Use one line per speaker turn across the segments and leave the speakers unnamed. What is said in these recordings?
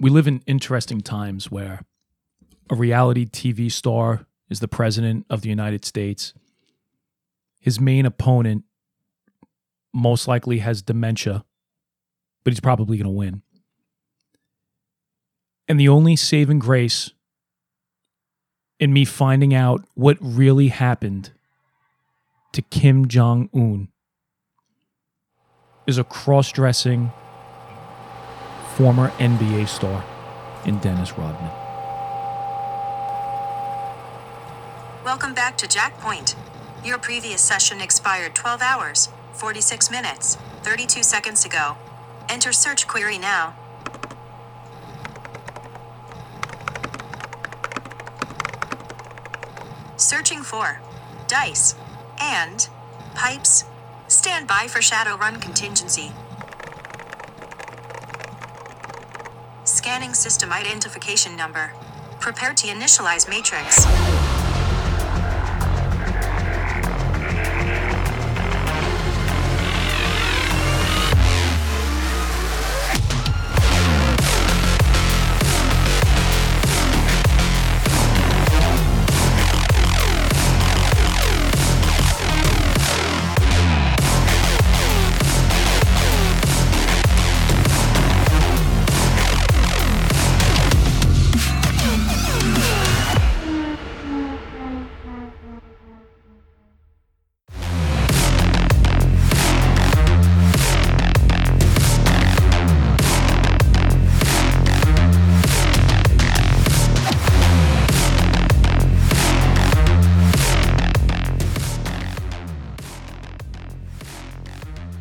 we live in interesting times where a reality TV star is the president of the United States. His main opponent most likely has dementia, but he's probably going to win. And the only saving grace in me finding out what really happened to Kim Jong Un is a cross dressing former NBA star in Dennis Rodman.
Welcome back to Jack Point. Your previous session expired 12 hours, 46 minutes, 32 seconds ago. Enter search query now. Searching for dice and pipes. Stand by for Shadowrun contingency. Scanning system identification number. Prepare to initialize matrix.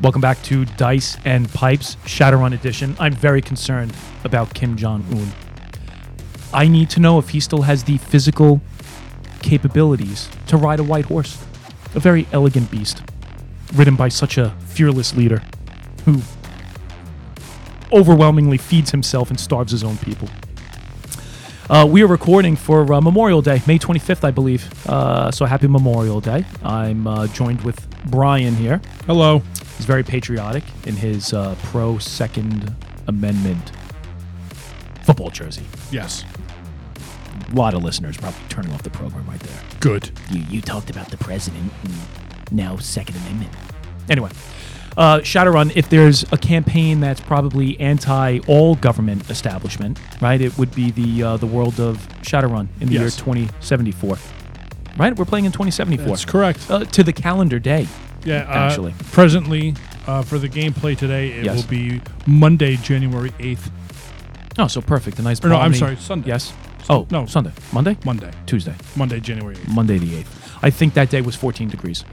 Welcome back to Dice and Pipes Shadowrun Edition. I'm very concerned about Kim Jong Un. I need to know if he still has the physical capabilities to ride a white horse, a very elegant beast, ridden by such a fearless leader who overwhelmingly feeds himself and starves his own people. Uh, we are recording for uh, Memorial Day, May 25th, I believe. Uh, so happy Memorial Day. I'm uh, joined with Brian here.
Hello.
He's very patriotic in his uh, pro Second Amendment football jersey.
Yes.
A lot of listeners probably turning off the program right there.
Good.
You, you talked about the president and now Second Amendment.
Anyway, uh, Shadowrun, if there's a campaign that's probably anti all government establishment, right, it would be the uh, the world of Shadowrun in the year
Yes.
2074. Right? We're playing in 2074.
That's correct.
Uh, to the calendar day.
Yeah. uh,
actually.
presently, uh, for the gameplay today, it
Yes.
will be Monday, January eighth.
Oh, so perfect. A nice.
Or no, I'm
balmy-
sorry, Sunday.
Yes.
Sun-
oh
no.
Sunday, Monday,
Monday.
Tuesday,
Monday, January eighth.
Monday the eighth. I think that day was 14 degrees.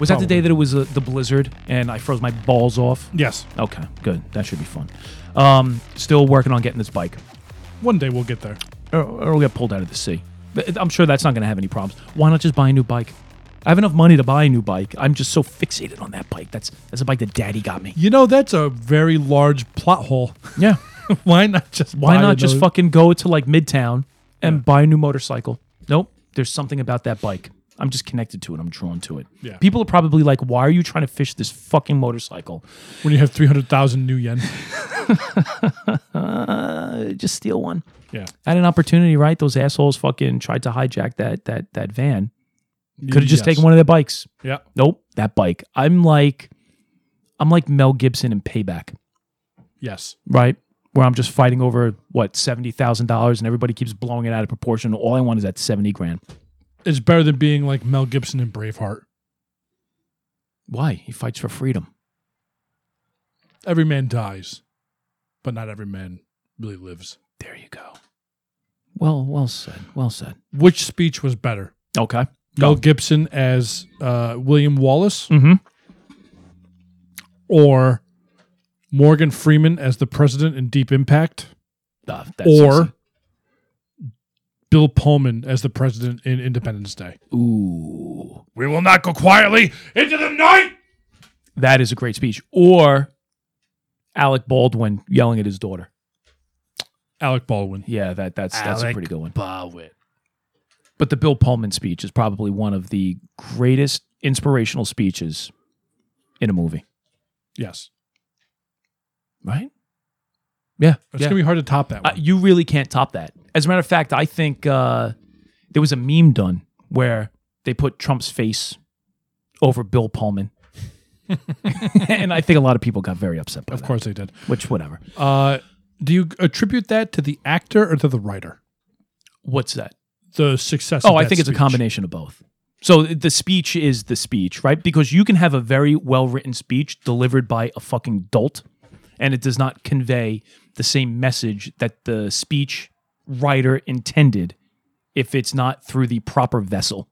Was that the day
Probably.
that it was uh, the blizzard and I froze my balls off?
Yes.
Okay, good. That should be fun. Um, still working on getting this bike,
One day we'll get there.
or, or we'll get pulled out of the sea. But I'm sure that's not going to have any problems. Why not just buy a new bike? I have enough money to buy a new bike. I'm just so fixated on that bike. That's that's a bike that Daddy got me.
You know that's a very large plot hole.
Yeah.
Why not just?
Why
buy
not just
another-
fucking go to like Midtown and buy a new motorcycle? Nope. There's something about that bike. I'm just connected to it. I'm drawn to it.
Yeah.
People are probably like, why are you trying to fish this fucking motorcycle?
when you have three hundred thousand new yen?
Uh, just steal one.
yeah.
Had an opportunity, right? Those assholes fucking tried to hijack that that that van. Could have just
Yes.
taken one of their bikes.
Yeah.
Nope. That bike. I'm like I'm like Mel Gibson in payback,
Yes.
right? Where I'm just fighting over what, seventy thousand dollars and everybody keeps blowing it out of proportion. All I want is that seventy grand.
It's better than being like Mel Gibson in Braveheart.
Why? He fights for freedom.
Every man dies, but not every man really lives.
There you go. Well, well said. Well said.
Which speech was better?
Okay.
Mel Gibson as uh, William Wallace
Mm-hmm.
or Morgan Freeman as the president in Deep Impact
Ah, or
or Bill Pullman as the president in Independence Day.
ooh,
We will not go quietly into the night.
that is a great speech. Or Alec Baldwin yelling at his daughter.
Alec Baldwin.
Yeah, that that's that's a
Alec
pretty good one.
Baldwin.
But the Bill Pullman speech is probably one of the greatest inspirational speeches in a movie.
Yes.
Right? Yeah.
It's
yeah.
gonna be hard to top that
Uh,
one.
you really can't top that. As a matter of fact, I think uh, there was a meme done where they put Trump's face over Bill Pullman. and I think a lot of people got very upset by
of
that,
course they did.
which whatever.
Uh, do you attribute that to the actor or to the writer?
What's that?
The success.
Oh,
of
I
that
think it's a
speech.
combination of both. So the speech is the speech, right? Because you can have a very well written speech delivered by a fucking dolt, and it does not convey the same message that the speech writer intended if it's not through the proper vessel.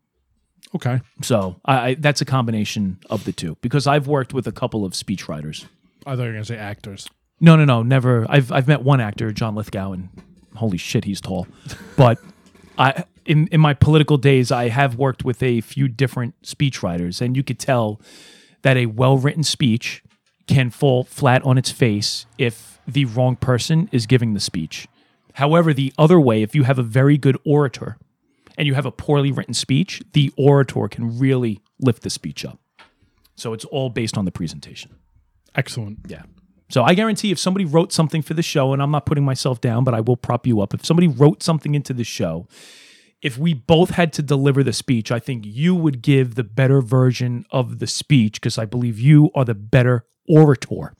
Okay,
So I, I, that's a combination of the two. Because I've worked with a couple of speech writers.
I thought you were gonna say actors.
No, no, no, never. I've I've met one actor, John Lithgow, and holy shit, he's tall. But I in in my political days, I have worked with a few different speechwriters, and you could tell that a well-written speech can fall flat on its face if the wrong person is giving the speech. However, the other way, if you have a very good orator and you have a poorly written speech, the orator can really lift the speech up. So it's all based on the presentation.
Excellent.
Yeah. So I guarantee if somebody wrote something for the show, and I'm not putting myself down, but I will prop you up. If somebody wrote something into the show, if we both had to deliver the speech, I think you would give the better version of the speech because I believe you are the better orator.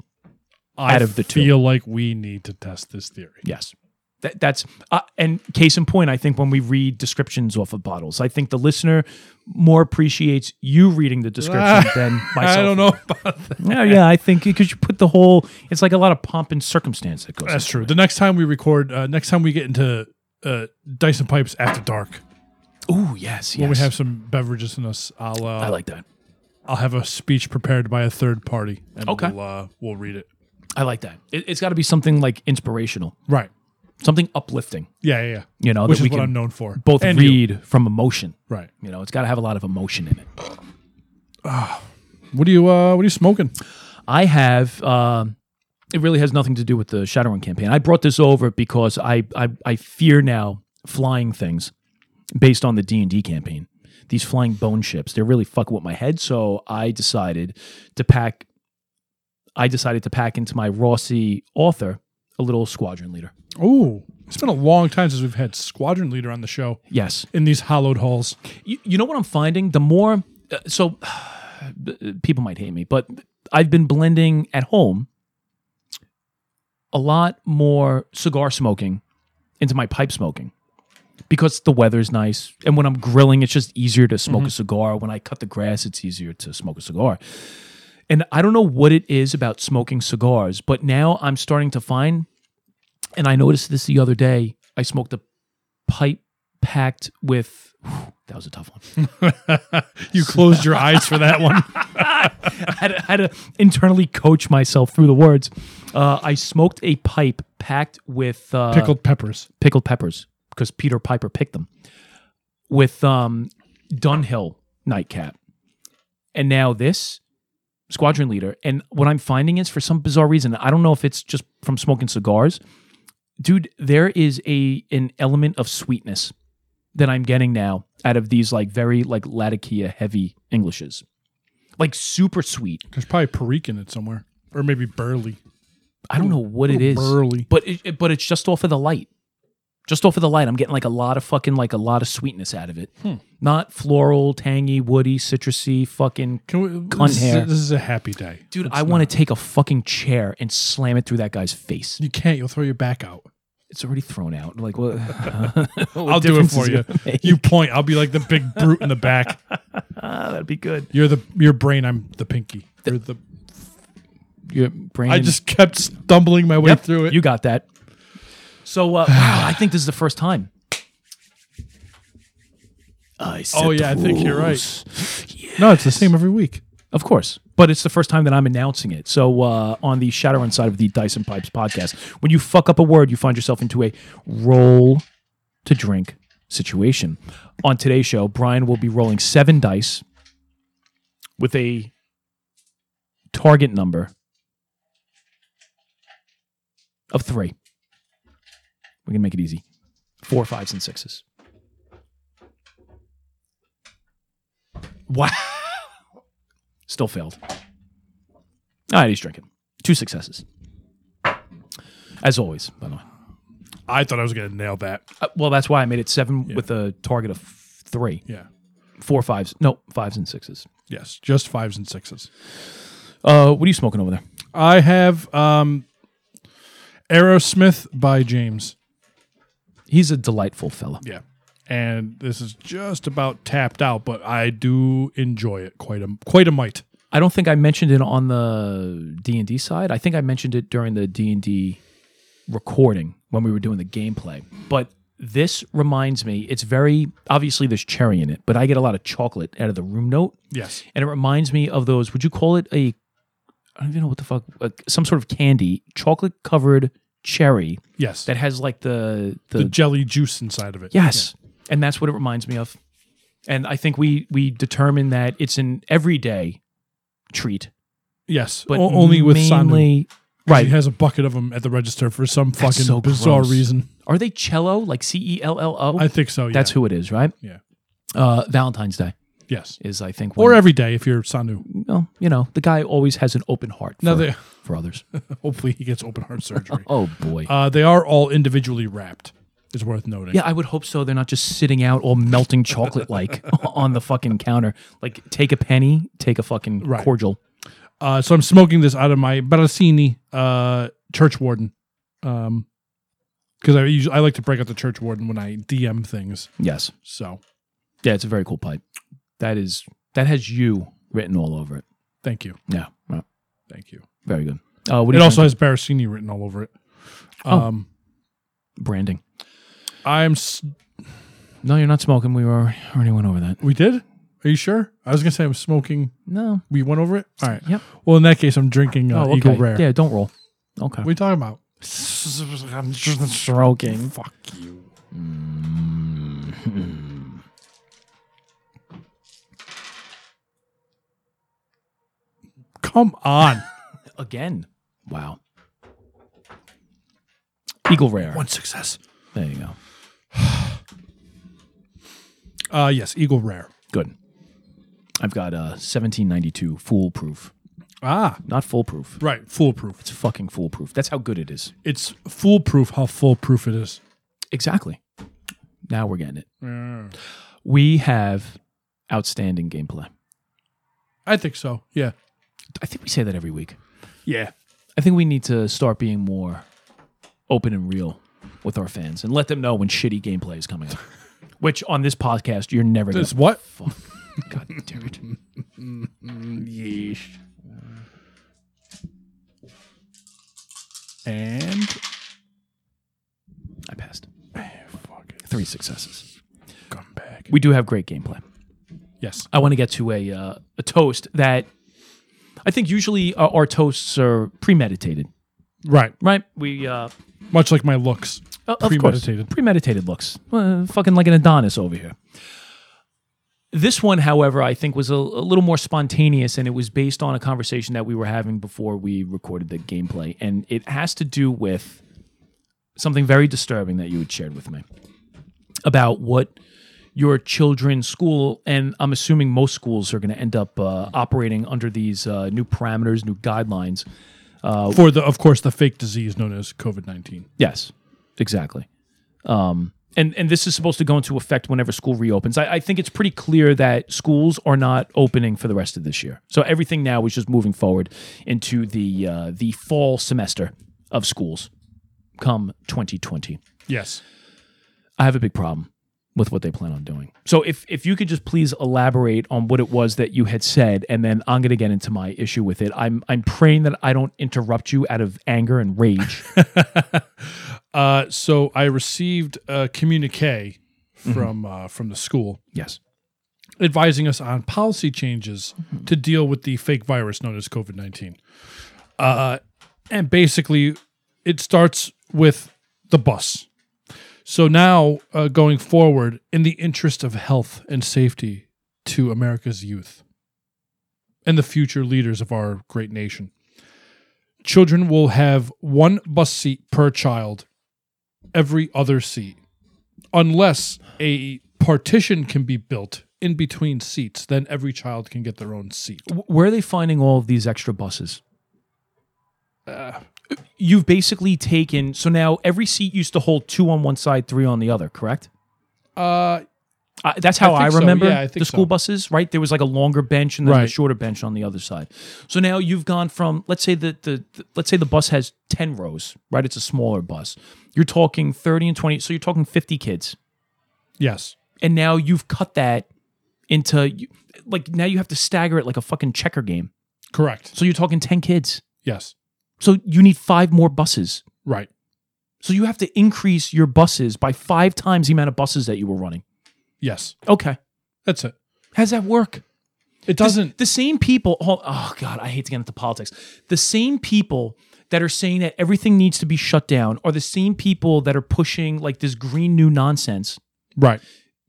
I
Out of the two.
feel like we need to test this theory.
Yes. That, that's uh, and case in point. I think when we read descriptions off of bottles, I think the listener more appreciates you reading the description than myself.
I don't know. About that.
Yeah, yeah, I think because you put the whole. It's like a lot of pomp and circumstance that goes.
That's
into
true.
it.
The next time we record, uh, next time we get into uh, Dyson Pipes after dark,
Oh yes, yes.
when we have some beverages in us, I'll uh,
I like that.
I'll have a speech prepared by a third party, and
Okay.
we'll, uh, we'll read it.
I like that. It, it's got to be something like inspirational,
Right.
something uplifting.
Yeah, yeah, yeah.
You know,
which
that we
is what
can
I'm known for.
Both
And you.
read from emotion.
Right.
You know, it's got to have a lot of emotion in it.
What do you uh, What are you smoking?
I have. um it really has nothing to do with the Shadowrun campaign. I brought this over because I I, I fear now flying things based on the D and D campaign. These flying bone ships, they're really fucking with my head. So I decided to pack. I decided to pack into my Rossi author a little squadron leader.
Oh, it's been a long time since we've had Squadron Leader on the show
Yes,
in these hollowed halls.
you, you know what I'm finding? The more, uh, so uh, people might hate me, but I've been blending at home a lot more cigar smoking into my pipe smoking because the weather's nice. And when I'm grilling, it's just easier to smoke a cigar. When I cut the grass, it's easier to smoke a cigar. And I don't know what it is about smoking cigars, but now I'm starting to find, and I noticed this the other day, I smoked a pipe packed with, that was a tough one.
you closed your eyes for that one.
had, had to internally coach myself through the words. Uh, I smoked a pipe packed with uh,
Pickled peppers.
pickled peppers because Peter Piper picked them with um, Dunhill nightcap. And now this squadron leader. And what I'm finding is for some bizarre reason, I don't know if it's just from smoking cigars, dude, there is a an element of sweetness that I'm getting now out of these like very like Latakia heavy Englishes. Like super sweet.
There's probably Perique in it somewhere, or maybe Burley.
I don't know what it
little
is,
burly.
but it, it- but it's just off of the light, just off of the light. I'm getting like a lot of fucking like a lot of sweetness out of it.
Hmm.
Not floral, tangy, woody, citrusy, fucking.
Can we,
Cunt
this,
hair.
Is, this is a happy day,
Dude, I want to take a fucking chair and slam it through that guy's face.
You can't. You'll throw your back out.
It's already thrown out. Like what?
I'll do it
difference
for
is
you.
it gonna make?
You point. I'll be like the big brute in the back.
ah, that'd be good.
You're the your brain. I'm the pinky. Or the,
Your brain.
I just kept stumbling my way
Yep,
through it.
You got that. So uh, wow, I think this is the first time.
I
oh yeah, I think you're right. No, it's the same every week.
Of course. But it's the first time that I'm announcing it. So uh, on the Shadowrun side of the Dyson Pipes podcast, when you fuck up a word, you find yourself into a roll to drink situation. On today's show, Brian will be rolling seven dice with a target number of three. We can make it easy. Four, fives, and sixes. Wow. Still failed. All right, he's drinking. Two successes. as always, by the way.
I thought I was going to nail that.
Uh, well, that's why I made it seven with a target of three,
Yeah.
four fives, no fives and sixes.
Yes. Just fives and sixes.
Uh, what are you smoking over there?
I have um, Aerosmith by James.
He's a delightful fella.
Yeah. And this is just about tapped out, but I do enjoy it quite a quite a mite.
I don't think I mentioned it on the D and D side. I think I mentioned it during the D and D recording when we were doing the gameplay. But this reminds me, it's very obviously there's cherry in it, but I get a lot of chocolate out of the room note,
Yes.
and it reminds me of those. Would you call it a? I don't even know what the fuck. uh some sort of candy, chocolate covered cherry
Yes.
that has like the the,
the jelly juice inside of it.
yes, and that's what it reminds me of. And I think we we determined that it's an everyday treat
Yes.
but
o- only with Sanu.
mainly
He
right.
has a bucket of them at the register for some fucking
so
bizarre
gross.
reason.
Are they cello like C E L L O?
I think so. Yeah.
That's who it is, right?
Yeah.
Uh, Valentine's Day
Yes.
is, I think,
Or
when,
every day if you're Sanu.
well, you know, the guy always has an open heart for,
Now they,
for others.
hopefully he gets open heart surgery.
Oh boy.
Uh, they are all individually wrapped. It's worth noting.
yeah, I would hope so. They're not just sitting out all melting chocolate like on the fucking counter. Like, take a penny, take a fucking
Right.
cordial.
Uh, so I'm smoking this out of my Barasini uh, church warden, um, because I usually I like to break out the church warden when I DM things.
Yes.
So
Yeah, it's a very cool pipe. That is that has you written all over it.
thank you,
Yeah. Well,
thank you.
Very good. Uh, what do
It
you
also
think? Oh.
has Barasini written all over it. Um,
branding.
I'm. S-
No, you're not smoking. We were already went over that.
we did. Are you sure? I was gonna say I'm smoking.
No.
We went over it. All right.
Yep.
Well, in that case, I'm drinking uh,
Oh, okay.
Eagle Rare.
Yeah, don't roll. Okay.
What are you talking about?
stroking.
Fuck you. Come on.
Again. Wow. Eagle rare.
One success.
There you go.
Uh, yes, Eagle Rare.
Good. I've got uh 1792 foolproof.
Ah,
Not foolproof.
right. Foolproof.
It's fucking foolproof. That's how good it is.
It's foolproof how foolproof it is.
Exactly. Now we're getting it.
Mm.
We have outstanding gameplay.
I think so. Yeah.
I think we say that every week.
Yeah.
I think we need to start being more open and real with our fans and let them know when shitty gameplay is coming up. Which on this podcast you're never going
It's
to.
what?
Fuck. God damn it.
Yeesh. And
I passed.
fuck it.
Three successes.
Come back.
We do have great gameplay.
Yes.
I want to get to a uh, a toast that I think usually our, our toasts are premeditated,
Right.
right? We uh,
Much like my looks.
Uh, of
Premeditated.
Course. Premeditated looks. Uh, fucking like an Adonis over here. This one, however, I think was a, a little more spontaneous and it was based on a conversation that we were having before we recorded the gameplay. And it has to do with something very disturbing that you had shared with me about what your children's school, and I'm assuming most schools are going to end up uh, operating under these uh, new parameters, new guidelines.
For the, of course, the fake disease known as COVID 19.
Yes, exactly. Um, and and this is supposed to go into effect whenever school reopens. I, I think it's pretty clear that schools are not opening for the rest of this year. So everything now is just moving forward into the uh, the fall semester of schools, come 2020.
Yes.
I have a big problem with what they plan on doing. So if if you could just please elaborate on what it was that you had said, and then I'm going to get into my issue with it. I'm I'm praying that I don't interrupt you out of anger and rage.
Uh, so I received a communique from uh, from the school
yes.
advising us on policy changes to deal with the fake virus known as COVID nineteen. Uh, and basically, it starts with the bus. So now, uh, going forward, in the interest of health and safety to America's youth and the future leaders of our great nation, children will have one bus seat per child every other seat unless a partition can be built in between seats then every child can get their own seat Uh.
Wh- Where are they finding all of these extra buses? you've basically taken so now every seat used to hold two on one side, three on the other, correct?
Uh,
Uh, that's how
I
I,
think so.
remember
Yeah, I think
the school
so.
buses, right? There was like a longer bench and then a
Right.
shorter bench on the other side. So now you've gone from let's say the, the the- let's say the bus has 10 rows, right? It's a smaller bus. You're talking 30 and 20, so you're talking 50 kids.
yes.
And now you've cut that into you- like now you have to stagger it like a fucking checker game.
Correct.
So you're talking 10 kids.
Yes.
So you need five more buses.
Right.
So you have to increase your buses by five times the amount of buses that you were running.
Yes.
Okay.
That's it.
How's that work?
It doesn't.
The same people, oh, oh God, I hate to get into politics. The same people that are saying that everything needs to be shut down are the same people that are pushing like this green new nonsense,
Right.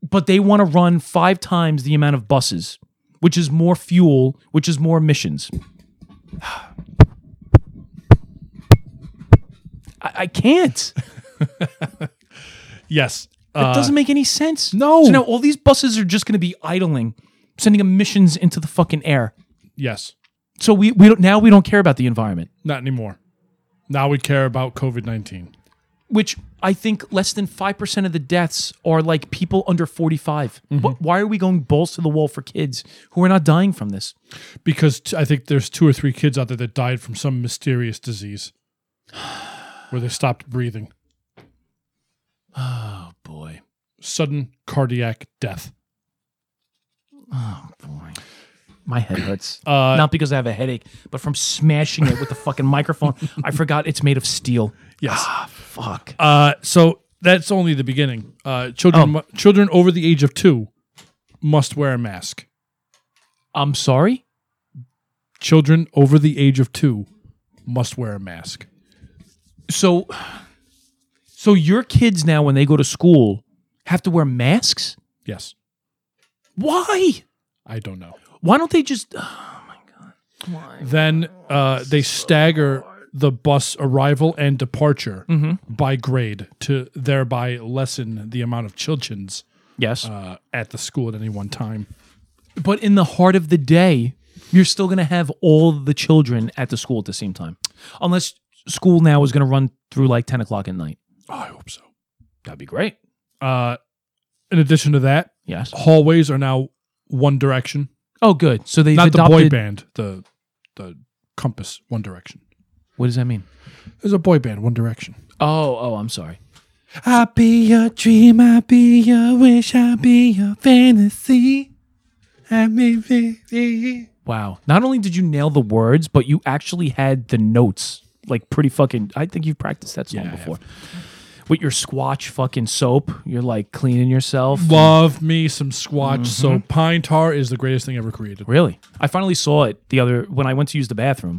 but they want to run five times the amount of buses, which is more fuel, which is more emissions. I, I can't.
Yes. Uh,
That doesn't make any sense.
no.
So now all these buses are just going to be idling, sending emissions into the fucking air.
Yes.
So we, we don't, now we don't care about the environment,
Not anymore. Now we care about COVID 19.
which I think less than 5% of the deaths are like people under 45. Wh- Why are we going balls to the wall for kids who are not dying from this?
Because t- I think there's two or three kids out there that died from some mysterious disease where they stopped breathing.
Oh boy.
Sudden cardiac death.
Oh boy. My head hurts.
Uh,
not because I have a headache, but from smashing it with the fucking microphone. I forgot it's made of steel.
Yes.
Ah, fuck.
Uh, so that's only the beginning. Uh, children, mu- children over the age of two must wear a mask.
I'm sorry?
Children over the age of two must wear a mask.
so so your kids now when they go to school have to wear masks
Yes.
why
I don't know.
why don't they just uh,
Then uh, they stagger the bus arrival and departure by grade to thereby lessen the amount of children's
yes
uh, at the school at any one time.
but in the heart of the day you're still going to have all the children at the school at the same time unless school now is going to run through like 10 o'clock at night
Oh, I hope so.
that'd be great
Uh, in addition to that,
yes
hallways are now one direction.
oh good so they've
Not the boy
adopted
band, the the compass, One Direction.
what does that mean
There's a boy band, One Direction.
oh oh i'm sorry
I be a dream, I be a wish, I be a fantasy. I may be.
wow not only did you nail the words but you actually had the notes like pretty fucking i think you've practiced that song
Yeah, I
before with your squatch fucking soap you're like cleaning yourself
Love me some Squatch soap. Pine tar is the greatest thing ever created.
really i finally saw it the other when i went to use the bathroom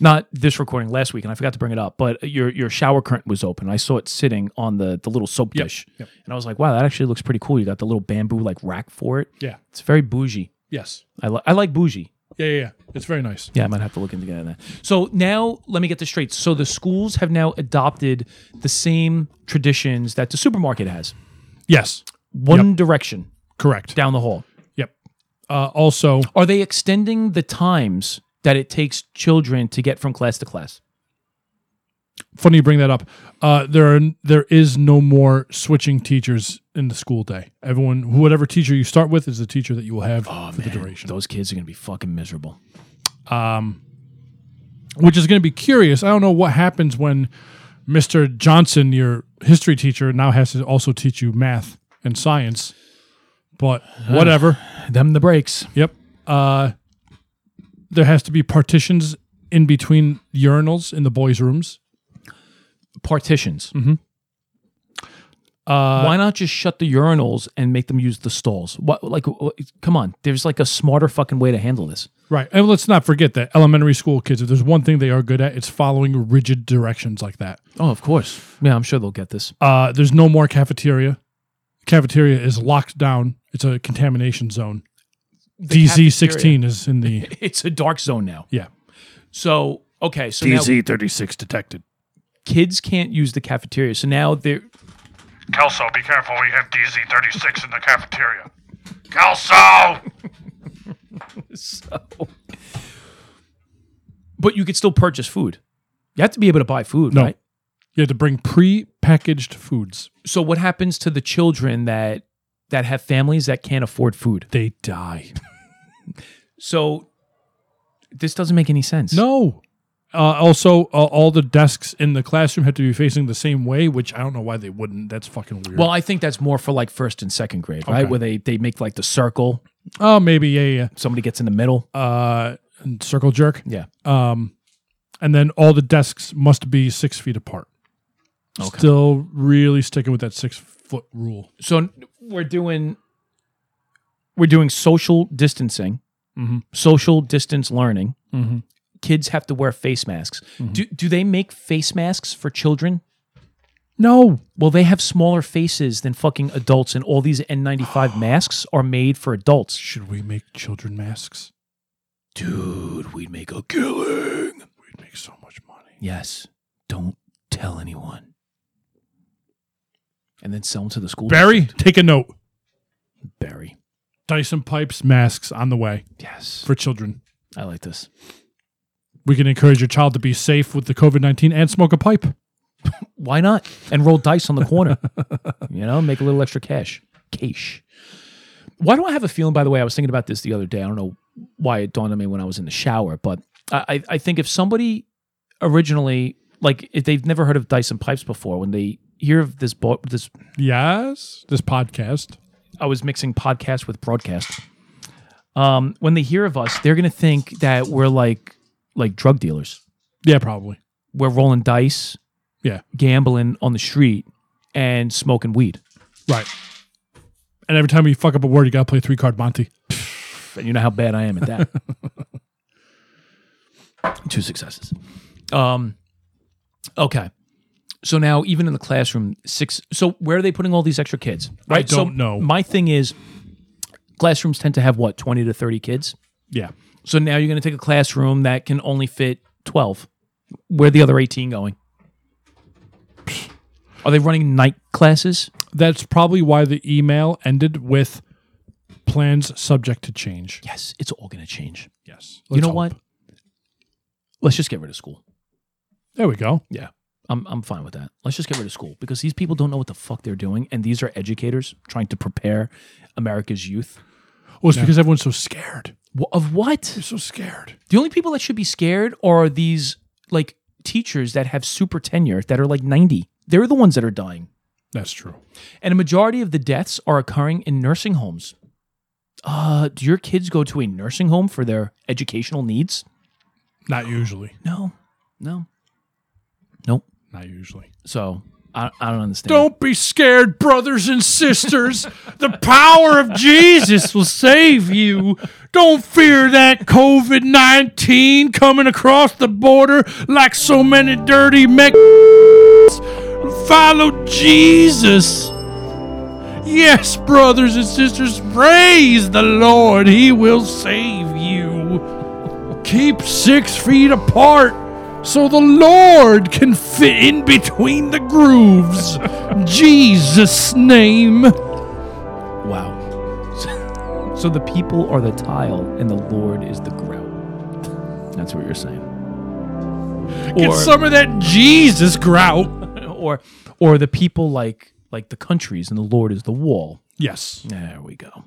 not this recording last week and i forgot to bring it up but your your shower curtain was open i saw it sitting on the the little soap dish
yep.
and i was like wow that actually looks pretty cool you got the little bamboo like rack for it
Yeah.
it's very bougie
Yes.
i, li- I like bougie
Yeah, yeah, yeah. It's very nice.
Yeah, I might have to look into getting that. So now let me get this straight. So the schools have now adopted the same traditions that the supermarket has.
Yes.
One direction
Correct.
down the hall.
Yep. Uh, also,
Are they extending the times that it takes children to get from class to class?
funny you bring that up. Uh, there are there is no more switching teachers in the school day. Everyone, whatever teacher you start with, is the teacher that you will have for the duration.
Those kids are going to be fucking miserable.
which is going to be curious. I don't know what happens when Mr. Johnson, your history teacher, now has to also teach you math and science. But whatever.
Them the breaks.
yep. Uh, there has to be partitions in between urinals in the boys' rooms.
Partitions. Uh, Why not just shut the urinals and make them use the stalls? What, like, what- come on. There's like a smarter fucking way to handle this.
Right. And let's not forget that elementary school kids, if there's one thing they are good at, it's following rigid directions like that.
Oh, of course. Yeah, I'm sure they'll get this.
Uh, there's no more cafeteria. Cafeteria is locked down. It's a contamination zone.
cafeteria.
DZ sixteen is in the
It's a dark zone now.
yeah.
So okay, so now
thirty six detected.
kids can't use the cafeteria. So now they're
Kelso, be careful. We have DZ36 in the cafeteria. Kelso!
so, but you could still purchase food. You have to be able to buy food,
No.
right?
You had to bring pre-packaged foods.
So what happens to the children that that have families that can't afford food?
They die.
So this doesn't make any sense.
No. Uh, also, uh, all the desks in the classroom had to be facing the same way, which I don't know why they wouldn't. That's fucking weird.
Well, I think that's more for like first and second grade, right?
Okay.
Where they they make like the circle,
oh, maybe yeah, yeah.
somebody gets in the middle.
yeah. Uh, and circle jerk,
Yeah.
and then all the desks must be six feet apart. Still, really sticking with that six foot rule.
So n- we're doing we're doing social distancing, Mm-hmm.
Mhm.
social distance learning.
Mhm.
Kids have to wear face masks. Do do they make face masks for children?
No,
Well, they have smaller faces than fucking adults, and all these N95 masks are made for adults.
should we make children masks?
Dude, we'd make a killing.
We'd make so much money.
Yes. Don't tell anyone. And then sell them to the school.
Barry, take a note.
district. Barry.
Dyson pipes, masks on the way
Yes.
for children.
I like this.
We can encourage your child to be safe with the COVID nineteen and smoke a pipe.
Why not? And roll dice on the corner. you know, make a little extra cash. Cash. Why do I have a feeling, by the way? I was thinking about this the other day. I don't know why it dawned on me when I was in the shower, but I, I, I think if somebody originally, like, if they've never heard of Dyson pipes before, when they hear of this, bo- this
Yes, this podcast.
I was mixing podcast with broadcast. Um, when they hear of us, they're gonna think that we're like like drug dealers.
Yeah, probably.
We're rolling dice,
Yeah.
gambling on the street, and smoking weed.
Right. And every time you fuck up a word, you gotta play three card Monty.
And you know how bad I am at that. Two successes. Um, okay. So now, even in the classroom, six. So where are they putting all these extra kids?
I
So
don't know.
My thing is, classrooms tend to have what twenty to thirty kids.
Yeah.
So now you're going to take a classroom that can only fit 12. Where are the other 18 going? Are they running night classes?
That's probably why the email ended with plans subject to change.
Yes, it's all going to change.
Yes.
you know
Let's
what?
hope.
Let's just get rid of school.
There we go.
Yeah. I'm, I'm fine with that. Let's just get rid of school because these people don't know what the fuck they're doing. And these are educators trying to prepare America's youth.
Well, it's because everyone's so scared.
Wh- Of what?
They're so scared.
The only people that should be scared are these like teachers that have super tenure that are like 90. They're the ones that are dying.
That's true.
and a majority of the deaths are occurring in nursing homes. Uh, do your kids go to a nursing home for their educational needs?
Not usually.
No, no, nope.
Not usually.
So I, I don't understand.
Don't be scared, brothers and sisters. the power of Jesus will save you. Don't fear that COVID 19 coming across the border like so many dirty mech. Follow Jesus. Yes, brothers and sisters, praise the Lord. He will save you. Keep six feet apart so the Lord can fit in between the grooves. Jesus' name.
wow. so the people are the tile, and the Lord is the grout. That's what you're saying.
Get
Or-
some of that Jesus grout.
or or the people like like the countries, and the Lord is the wall.
Yes.
There we go.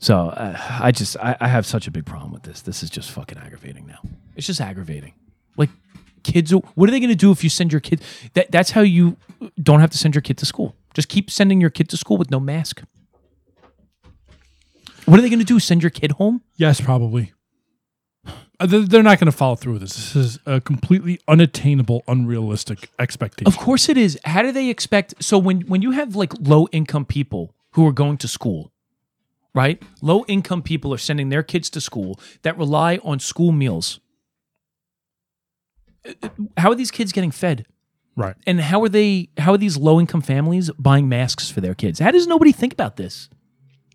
So uh, I just I, I have such a big problem with this. This is just fucking aggravating now. It's just aggravating. Like kids, are- what are they going to do if you send your kid? That that's how you don't have to send your kid to school. Just keep sending your kid to school with no mask. What are they going to do? Send your kid home?
Yes, probably. Uh, they- They're not going to follow through with this. This is a completely unattainable, unrealistic expectation.
Of course it is. How do they expect? So when when you have like low income people who are going to school, right? Low income people are sending their kids to school that rely on school meals. Uh, uh, How are these kids getting fed?
Right.
And how are they? How are these low income families buying masks for their kids? How does nobody think about this?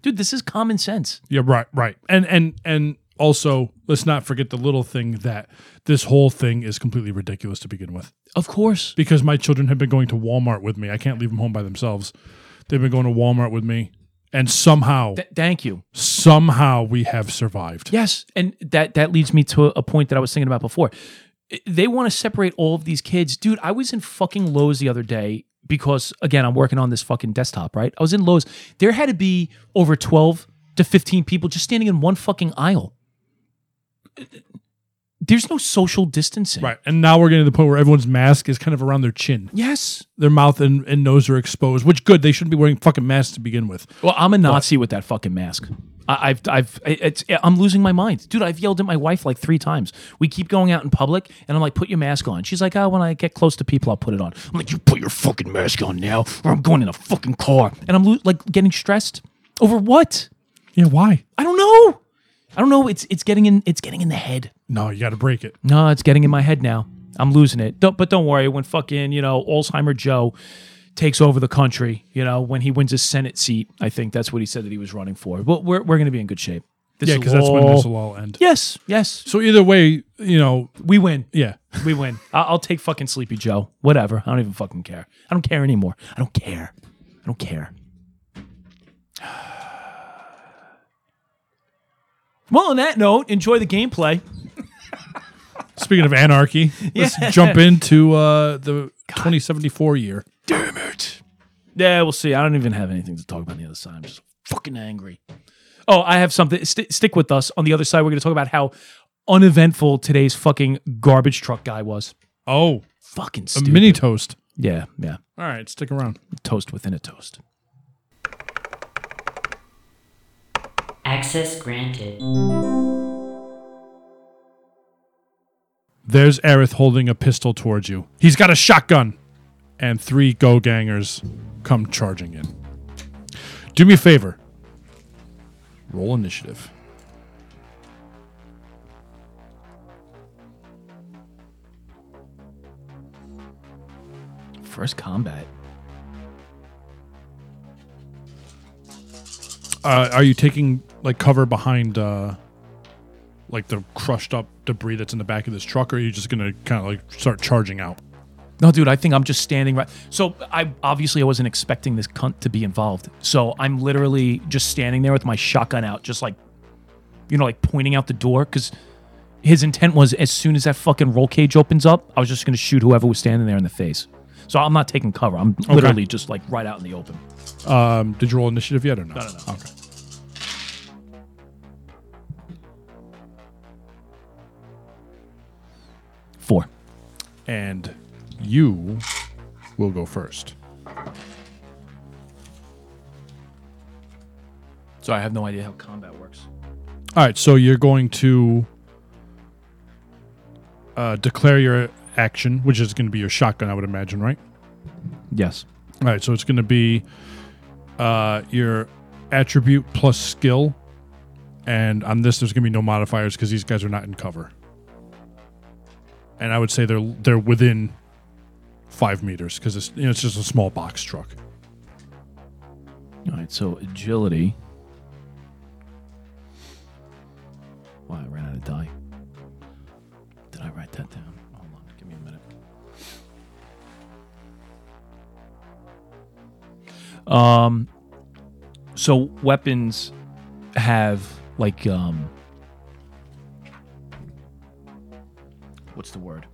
Dude, this is common sense.
Yeah, right, right. And and and also, let's not forget the little thing that this whole thing is completely ridiculous to begin with.
Of course.
because my children have been going to Walmart with me. I can't leave them home by themselves. They've been going to Walmart with me, and somehow,
Th- thank you.
somehow we have survived.
Yes, and that that leads me to a point that I was thinking about before. they want to separate all of these kids. Dude, I was in fucking Lowe's the other day because again, I'm working on this fucking desktop, right? I was in Lowe's. There had to be over 12 to 15 people just standing in one fucking aisle. There's no social distancing.
Right. And now we're getting to the point where everyone's mask is kind of around their chin.
Yes.
Their mouth and, and nose are exposed, which good. They shouldn't be wearing fucking masks to begin with.
Well, I'm a Nazi with that fucking mask. I, I've, I've, I- it's, I'm losing my mind, dude. I've yelled at my wife like three times. We keep going out in public, and I'm like, "Put your mask on." She's like, "Oh, when I get close to people, I'll put it on." I'm like, "You put your fucking mask on now, or I'm going in a fucking car." And I'm lo- like getting stressed over what?
Yeah, why?
I don't know. I don't know. It's, it's getting in, it's getting in the head.
No, you got to break it.
No, it's getting in my head now. I'm losing it. Don't, but don't worry. When fucking you know Alzheimer Joe takes over the country, you know when he wins his Senate seat, I think that's what he said that he was running for. But we're we're gonna be in good shape. This
Yeah,
is
because that's when
all-
this will all end.
Yes, yes,
So either way, you know,
we win.
yeah.
We win. I- I'll take fucking Sleepy Joe. Whatever. I don't even fucking care. I don't care anymore. I don't care. I don't care. Well, on that note, enjoy the gameplay.
Speaking of anarchy, let's jump into uh, the 2074 year.
Damn it. Yeah, we'll see. I don't even have anything to talk about on the other side. I'm just fucking angry. Oh, I have something. St- stick with us. On the other side, we're going to talk about how uneventful today's fucking garbage truck guy was.
Oh,
Fucking
a
stupid.
mini toast.
yeah, yeah.
All right, stick around.
Toast within a toast.
Access granted.
There's Aerith holding a pistol towards you. He's got a shotgun. And three go gangers come charging in. Do me a favor. Roll initiative.
First combat.
Uh, are you taking like cover behind uh, like the crushed up debris that's in the back of this truck, or are you just gonna kind of like start charging out?
No, dude, I think I'm just standing right. So I obviously I wasn't expecting this cunt to be involved. So I'm literally just standing there with my shotgun out, just like, you know, like pointing out the door because his intent was as soon as that fucking roll cage opens up, I was just gonna shoot whoever was standing there in the face. So I'm not taking cover. I'm literally just like right out in the open.
Um, did you roll initiative yet or not?
no, no.
Okay.
Four.
And you will go first.
So I have no idea how combat works.
All right, so you're going to uh, declare your action, which is going to be your shotgun, I would imagine, right?
Yes.
All right, so it's going to be uh, your attribute plus skill, and on this, there's going to be no modifiers because these guys are not in cover. And I would say they're they're within five meters because it's you know it's just a small box truck.
All right, so agility. Wow, I ran out of die. Did I write that down? Hold on, give me a minute. Um, so weapons have like um, what's the word?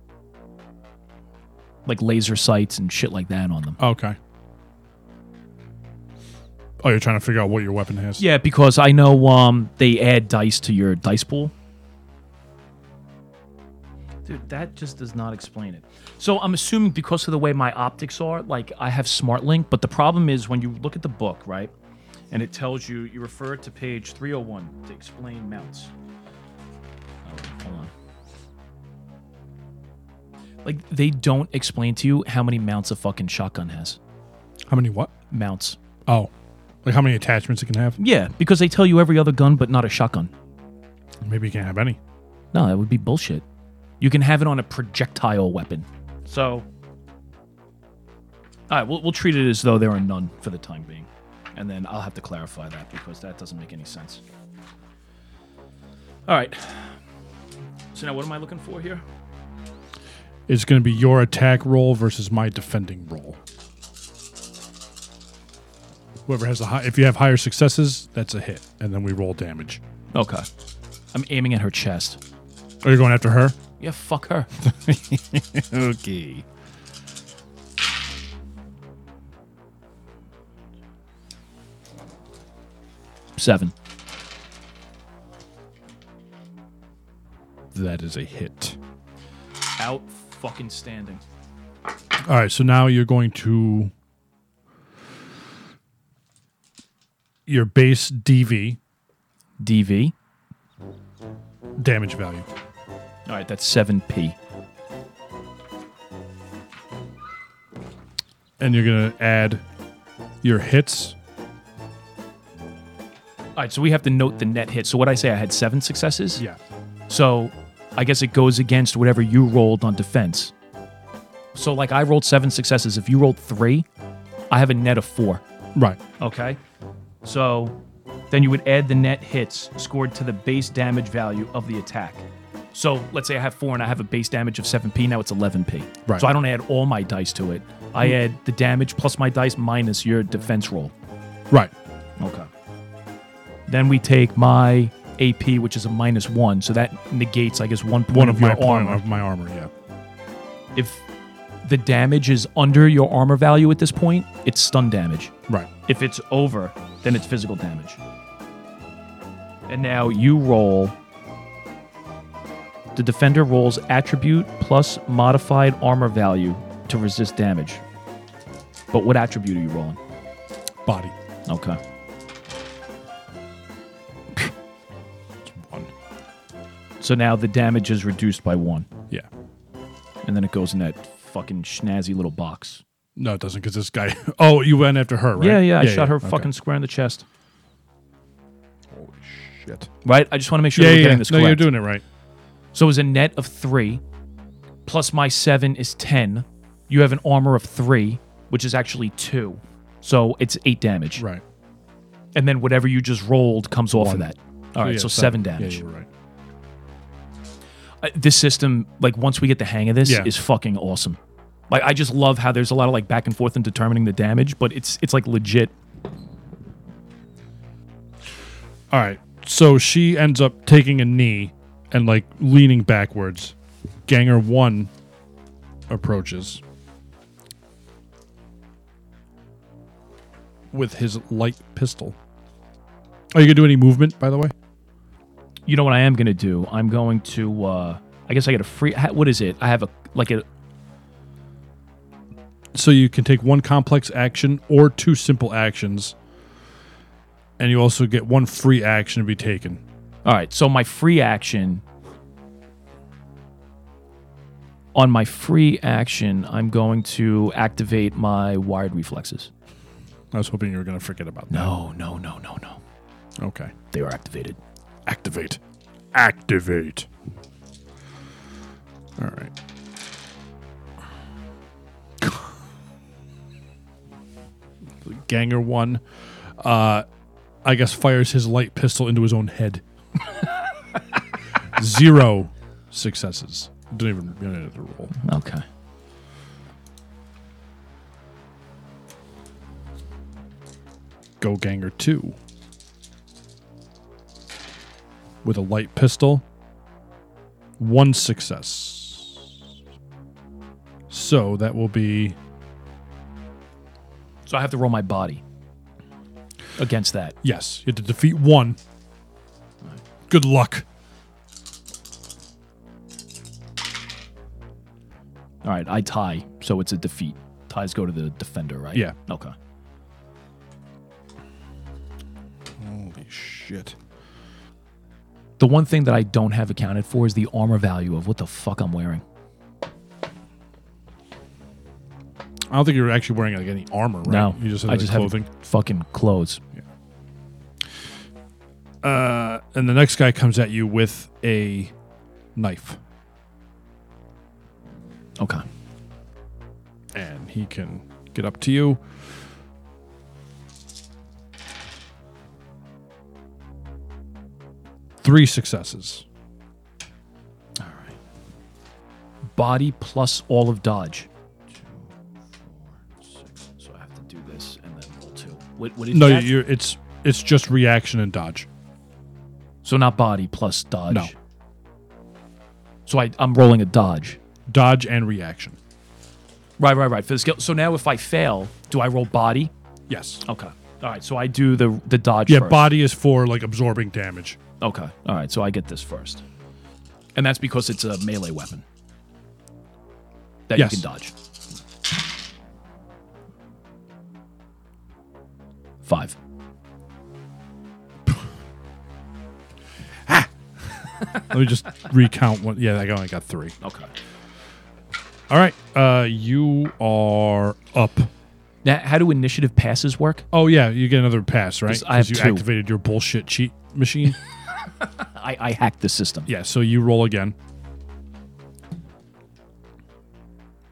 Like laser sights and shit like that on them.
Okay. Oh, you're trying to figure out what your weapon has.
Yeah, because I know um they add dice to your dice pool. Dude, that just does not explain it. So I'm assuming because of the way my optics are, like I have smart link, but the problem is when you look at the book, right? And it tells you you refer to page 301 to explain mounts. Oh, hold on. Like they don't explain to you how many mounts a fucking shotgun has.
How many what?
Mounts.
Oh, like how many attachments it can have?
Yeah, because they tell you every other gun but not a shotgun.
Maybe you can't have any.
No, that would be bullshit. You can have it on a projectile weapon. So, all right, we'll, we'll treat it as though there are none for the time being, and then I'll have to clarify that because that doesn't make any sense. All right. So now, what am I looking for here?
It's going to be your attack roll versus my defending roll. Whoever has the high, if you have higher successes, that's a hit, and then we roll damage.
Okay. I'm aiming at her chest.
Are you going after her?
Yeah, fuck her.
Okay.
Seven.
That is a hit.
Out fucking standing.
All right, so now you're going to your base DV
DV.
damage value.
All right, that's 7P.
and you're gonna add your hits.
All right, so we have to note the net hit. So what I say, I had seven successes.
Yeah.
So I guess it goes against whatever you rolled on defense. So like I rolled seven successes. If you rolled three, I have a net of four.
Right.
Okay. So then you would add the net hits scored to the base damage value of the attack. So let's say I have four and I have a base damage of 7p, now it's 11p.
Right. Hmm.
So I don't add all my dice to it. I add the damage plus my dice minus your defense roll.
Right.
Okay. Then we take my AP, which is a minus one, so that negates, I guess, one point
One of my
your armor.
of my armor. Yeah.
If the damage is under your armor value at this point, it's stun damage.
Right.
If it's over, then it's physical damage. And now you roll. The defender rolls attribute plus modified armor value to resist damage. But what attribute are you rolling?
Body.
Okay.
One.
So now the damage is reduced by one.
Yeah.
And then it goes in that fucking snazzy little box.
No, it doesn't, because this guy. Oh, you went after her, right?
Yeah, yeah. I shot her
okay.
fucking square in the chest.
Shit.
Right? I just want to make sure
Yeah,
that we're
yeah.
getting
yeah.
this
No,
correct.
you're doing it right.
So it was a net of three, plus my seven is ten. You have an armor of three, which is actually two. So it's eight damage.
Right.
And then whatever you just rolled comes off of that. All right,
yeah,
so seven
Yeah,
damage.
you were right.
Uh, this system, like once we get the hang of this,
Yeah.
is fucking awesome. Like I just love how there's a lot of like back and forth in determining the damage, but it's it's like legit.
All right. So she ends up taking a knee and like leaning backwards. Ganger one approaches with his light pistol. Are you gonna do any movement, by the way?
You know what I am gonna do? I'm going to. uh I guess I get a free. ha- What is it? I have a like a.
So you can take one complex action or two simple actions, and you also get one free action to be taken.
All right, so my free action. On my free action, I'm going to activate my wired reflexes.
I was hoping you were gonna forget about that.
No, no, no, no, no.
Okay.
They are activated.
Activate. Activate. All right. Ganger one, uh, I guess, fires his light pistol into his own head. Zero successes. Don't even you don't need to roll.
Okay.
Go Ganger 2 with a light pistol. One success. So that will be
So I have to roll my body against that.
yes, you have to defeat one. Good luck.
All right, I tie, so it's a defeat. Ties go to the defender, right?
Yeah.
Okay.
Holy shit.
The one thing that I don't have accounted for is the armor value of what the fuck I'm wearing.
I don't think you're actually wearing like any armor, right?
No,
you just have
I
like,
just
clothing.
have fucking clothes.
Uh, and the next guy comes at you with a knife,
Okay.
and he can get up to you. Three successes.
Body plus all of dodge.
So I have to do this and then roll two. What, what is
No,
that?
you're, it's it's just reaction and dodge.
So not body plus dodge.
No.
So I, I'm rolling a dodge.
Dodge and reaction.
Right, right, right. For the skill. So now if I fail, do I roll body?
Yes.
Okay. All right. So I do the the dodge.
Yeah,
first.
body is for like absorbing damage.
Okay. All right. So I get this first, and that's because it's a melee weapon that
Yes.
you can dodge. Five.
Let me just recount one. Yeah, I only got three.
Okay.
All right. Uh, you are up.
Now, how do initiative passes work?
Oh yeah, you get another pass, right?
'Cause I have
you
two.
activated your bullshit cheat machine.
I, I hacked the system.
yeah, so you roll again.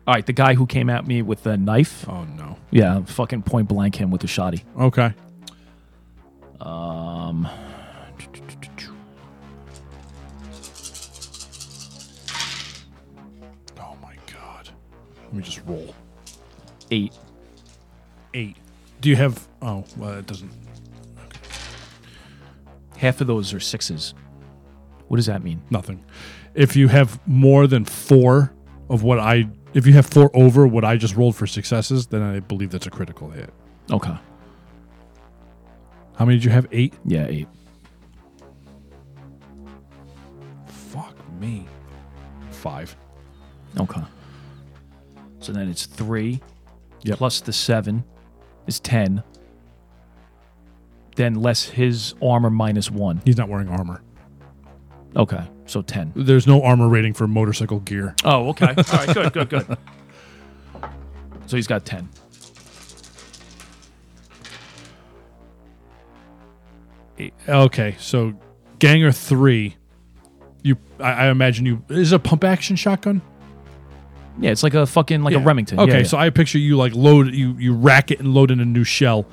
All right. The guy who came at me with the knife.
Oh no.
Yeah. Fucking point blank him with the shoddy.
Okay. Oh my god. Let me just roll.
Eight.
Eight. Do you have? Oh, well, it doesn't.
Half of those are sixes. What does that mean?
Nothing. If you have more than four of what I, if you have four over what I just rolled for successes, then I believe that's a critical hit.
Okay.
How many did you have? Eight.
Yeah. Eight.
Fuck me. Five.
Okay. So then it's three
Yep.
plus the seven is ten. Then less his armor minus one.
He's not wearing armor.
Okay. So ten.
There's no armor rating for motorcycle gear.
Oh, okay. All right. Good, good, good. So he's got ten.
Okay, so Ganger three. You, I, I imagine you is it a pump action shotgun.
Yeah, it's like a fucking like a
Yeah.
Remington.
Okay,
Yeah, yeah.
so I picture you like load you you rack it and load in a new shell,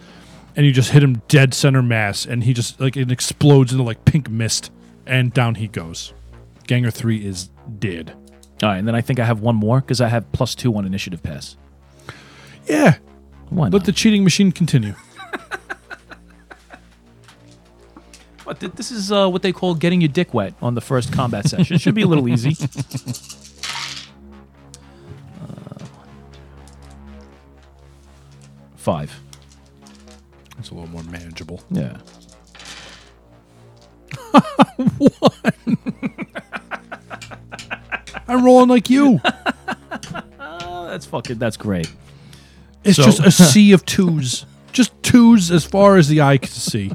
and you just hit him dead center mass, and he just like it explodes into like pink mist, and down he goes. Ganger three is dead.
all right, and then I think I have one more because I have plus two on initiative pass.
Yeah,
Why
let
not?
the cheating machine continue.
What, th- this is uh, what they call getting your dick wet on the first combat session. Should be a little easy. Uh, Five.
It's a little more manageable.
Yeah.
I'm rolling like you.
Oh, that's fucking. That's great.
It's
So-
just a sea of twos. Just twos as far as the eye can see.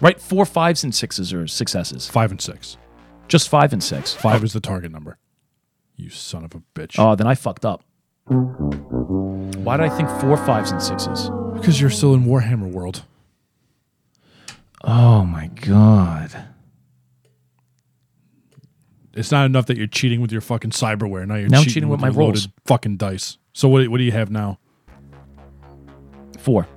Right, four fives and sixes are successes.
Five and six.
Just five and six.
Five is the target number. You son of a bitch.
Oh, then I fucked up. Why did I think four fives and sixes?
Because you're still in Warhammer world.
Oh my god.
It's not enough that you're cheating with your fucking cyberware. Now you're
Now I'm
cheating,
cheating
with,
with my
your loaded
rolls.
fucking dice. So what, what do you have now?
Four.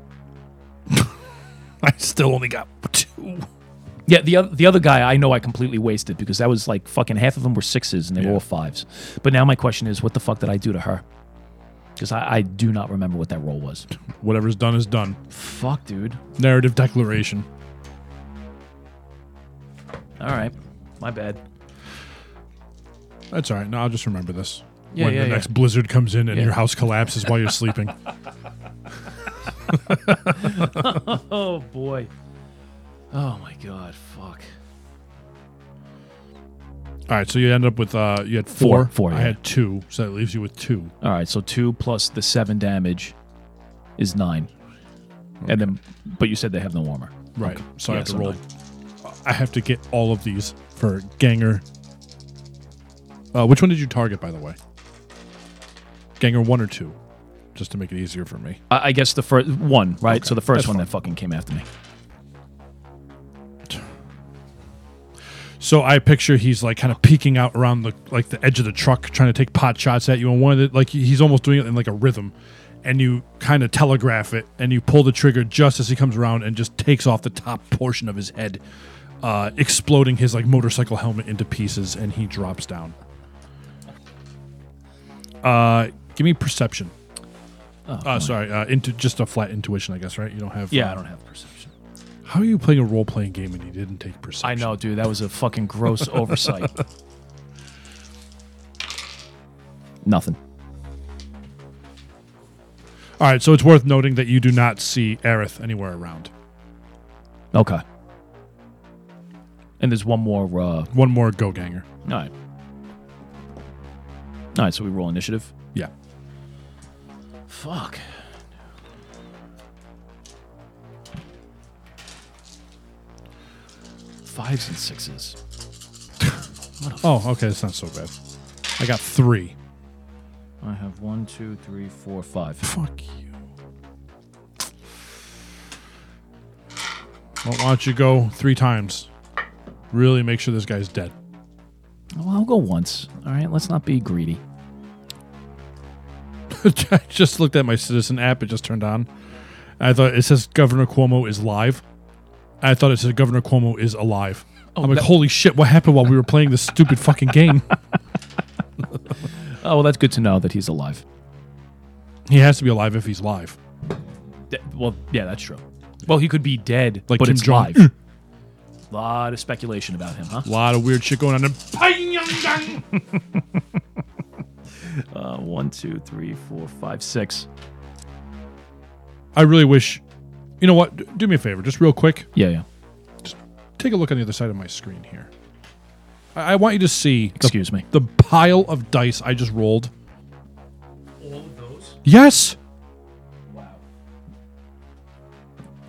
I still only got two.
Yeah, the other the other guy I know I completely wasted because that was like fucking half of them were sixes and they were all fives. But now my question is, what the fuck did I do to her? Because I, I do not remember what that roll was.
Whatever's done is done.
Fuck, dude.
Narrative declaration.
All right, my bad.
That's all right. No, I'll just remember this.
Yeah,
when
yeah,
the
yeah.
next blizzard comes in and
Yeah.
your house collapses while you're sleeping.
Oh boy. Oh my god. Fuck.
All right, so you end up with uh, you had
Four.
four.
Four,
I
yeah.
had two, so that leaves you with two.
All right, so two plus the seven damage is nine, and then but you said they have no armor.
Right. So I
Yeah,
have to
so
roll. I have to get all of these for Ganger. Uh, which one did you target, by the way? Ganger one or two, just to make it easier for me.
I, I guess the first one, right? so the first
that's
one that fucking came after me.
So I picture he's like kind of peeking out around the like the edge of the truck, trying to take pot shots at you, and one of the like he's almost doing it in like a rhythm, and you kind of telegraph it, and you pull the trigger just as he comes around and just takes off the top portion of his head, uh, exploding his like motorcycle helmet into pieces, and he drops down. Uh, give me perception. Oh, sorry, uh, into just a flat intuition, I guess. Right? You don't have.
Yeah,
uh,
I don't have perception.
How are you playing a role playing game and you didn't take
I
perception?
know, dude. That was a fucking gross oversight. Nothing.
All right, so it's worth noting that you do not see Aerith anywhere around.
Okay. And there's one more. Uh, all
One more go ganger.
right. All right, so we roll initiative.
Yeah.
Fuck. Fives and sixes.
Oh, okay, that's not so bad. I got three.
I have one, two, three, four, five.
Fuck you. Well, why don't you go three times? Really make sure this guy's dead.
Well, I'll go once. All right, let's not be greedy.
I just looked at my citizen app. It just turned on. I thought it says Governor Cuomo is live. I thought it said Governor Cuomo is alive. I'm like, holy shit! What happened while we were playing this stupid fucking game?
Oh, well, that's good to know that he's alive.
He has to be alive if he's live.
Th- well, yeah, that's true.
Well, he could be dead,
Like
but
Kim
it's
Jong-
live.
lot of speculation about him, huh?
A lot of weird shit going on. There.
Uh, one, two, three, four, five, six.
I really wish. You know what? D- Do me a favor, just real quick.
Yeah, yeah.
Take a look on the other side of my screen here. I, I want you to see. the-
Excuse me.
the pile of dice I just rolled. All of those? Yes.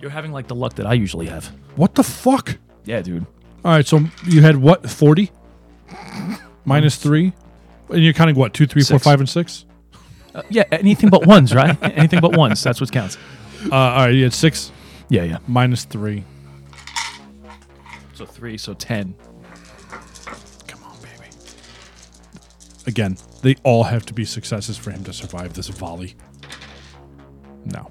You're having like the luck that I usually have.
What the fuck?
Yeah, dude.
All right, so you had what? 40? Minus three? And you're counting what? Two, three, four,
Six.
five, and six?
Uh, Yeah, anything but ones, right? anything but ones. That's what counts.
Uh, all right, you had six
Yeah, yeah.
minus three.
So three, so ten.
Come on, baby. Again, they all have to be successes for him to survive this volley. No.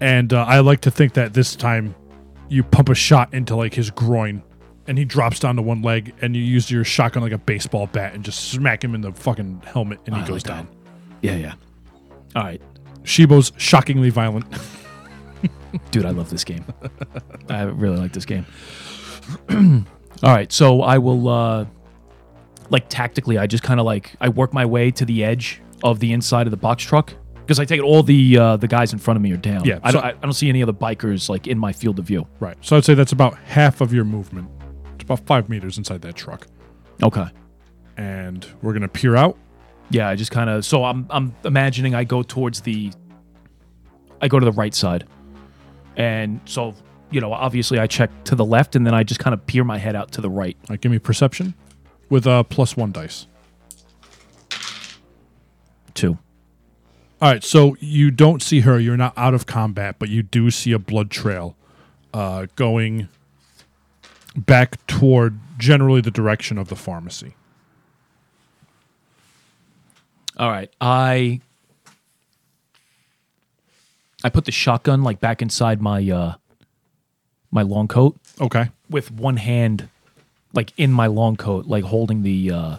And uh, I like to think that this time you pump a shot into like his groin and he drops down to one leg and you use your shotgun like a baseball bat and just smack him in the fucking helmet and he
I
goes
like that.
down.
Yeah, yeah. All right,
Shibo's shockingly violent.
dude. I love this game. I really like this game. All right, so I will, uh, like tactically, I just kind of like I work my way to the edge of the inside of the box truck because I take it all the uh, the guys in front of me are down.
Yeah,
I,
so-
don't, I, I don't see any other bikers like in my field of view.
Right. So I'd say that's about half of your movement. It's about five meters inside that truck.
Okay.
And we're going to peer out.
Yeah, I just kind of so I'm I'm imagining I go towards the I go to the right side. And so, you know, obviously I check to the left and then I just kind of peer my head out to the right.
All right, give me perception with a plus one dice.
Two.
All right. So you don't see her. You're not out of combat, but you do see a blood trail uh, going back toward generally the direction of the pharmacy.
All right. I I put the shotgun like back inside my uh my long coat
Okay.
with one hand like in my long coat, like holding the uh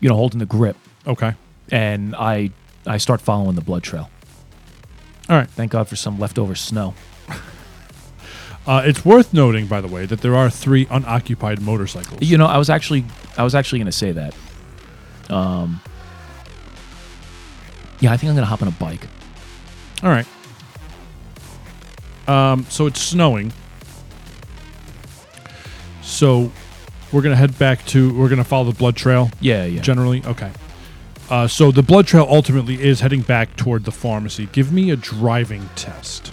you know, holding the grip
Okay.
and I I start following the blood trail.
All right.
Thank God for some leftover snow.
Uh, it's worth noting, by the way, that there are three unoccupied motorcycles.
You know, I was actually I was actually gonna say that. Um Yeah, I think I'm gonna hop on a bike.
All right. Um, so it's snowing. So we're gonna head back to we're gonna follow the blood trail
Yeah, yeah.
generally. Okay. Uh, so the blood trail ultimately is heading back toward the pharmacy. Give me a driving test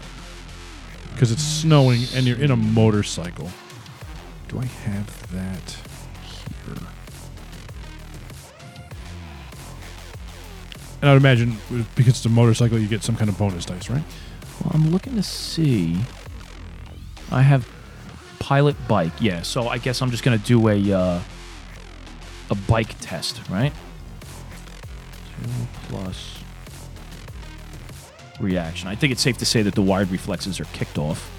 because it's snowing and you're in a motorcycle.
Do I have that here?
And I'd imagine because it's a motorcycle, you get some kind of bonus dice, right?
well, I'm looking to see. I have pilot bike, yeah. So I guess I'm just gonna do a uh, a bike test, right? Two plus reaction. I think it's safe to say that the wired reflexes are kicked off.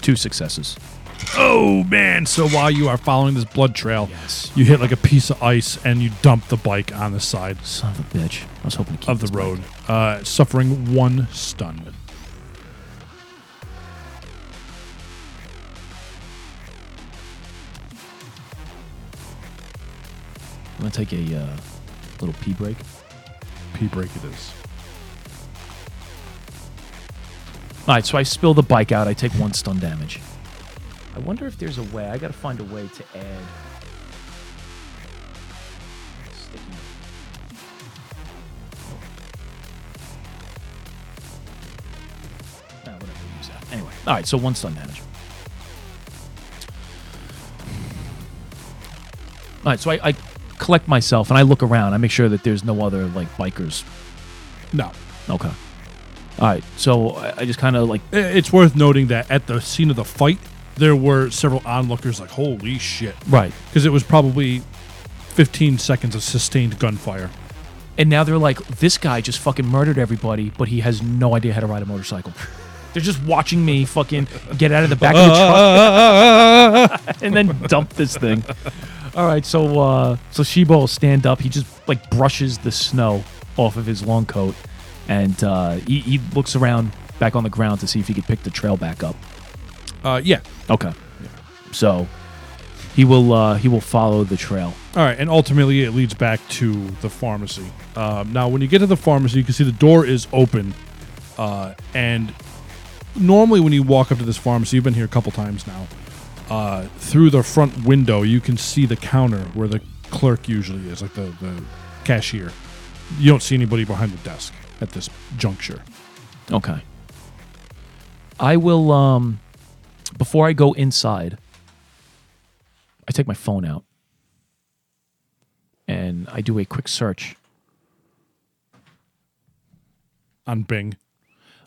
Two successes.
oh man! So while you are following this blood trail,
Yes.
you hit like a piece of ice and you dump the bike on the side
Son of a bitch. I was hoping to keep
of the
this
road, uh, suffering one stun.
back. I'm gonna take a uh, little pee break.
P break it is.
All right, so I spill the bike out. I take one stun damage. I wonder if there's a way. I gotta find a way to add. Sticky. Ah, whatever, we'll use that. Anyway, all right, so one stun damage. All right, so I, I collect myself and I look around. I make sure that there's no other like bikers.
No.
Okay. All right, so I, I just kind of like
I- It's worth noting that at the scene of the fight, there were several onlookers like, holy shit.
right.
Because it was probably 15 seconds of sustained gunfire.
And now they're like, this guy just fucking murdered everybody, but he has no idea how to ride a motorcycle. They're just watching me fucking get out of the back of the truck
uh,
and then dump this thing. All right, so uh, so Shibo will stand up. He just like brushes the snow off of his long coat, and uh, he, he looks around back on the ground to see if he could pick the trail back up.
Uh, yeah.
Okay, so he will uh, he will follow the trail.
All right. And ultimately, it leads back to the pharmacy. Um, now, when you get to the pharmacy, you can see the door is open. Uh, and normally, when you walk up to this pharmacy, you've been here a couple times now. Uh, through the front window, you can see the counter where the clerk usually is, like the, the cashier. You don't see anybody behind the desk at this juncture.
Okay. I will um before I go inside I take my phone out and I do a quick search.
on Bing.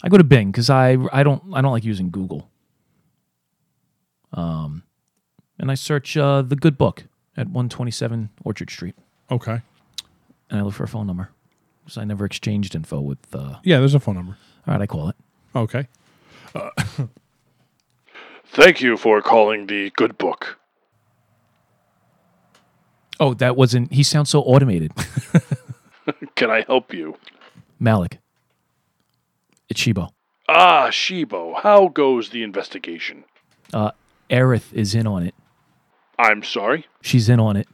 I go to Bing cuz I I don't I don't like using Google. Um and I search uh, the good book at 127 Orchard Street
Okay.
and I look for a phone number cuz I never exchanged info with uh All
Yeah, there's a phone number.
right, I call it.
Okay. Thank you for calling the Good Book.
Oh, that wasn't he sounds so automated.
Can I help you?
Malik. It's Shibo.
Ah, Shibo, how goes the investigation?
Aerith is in on it.
I'm sorry.
She's in on it.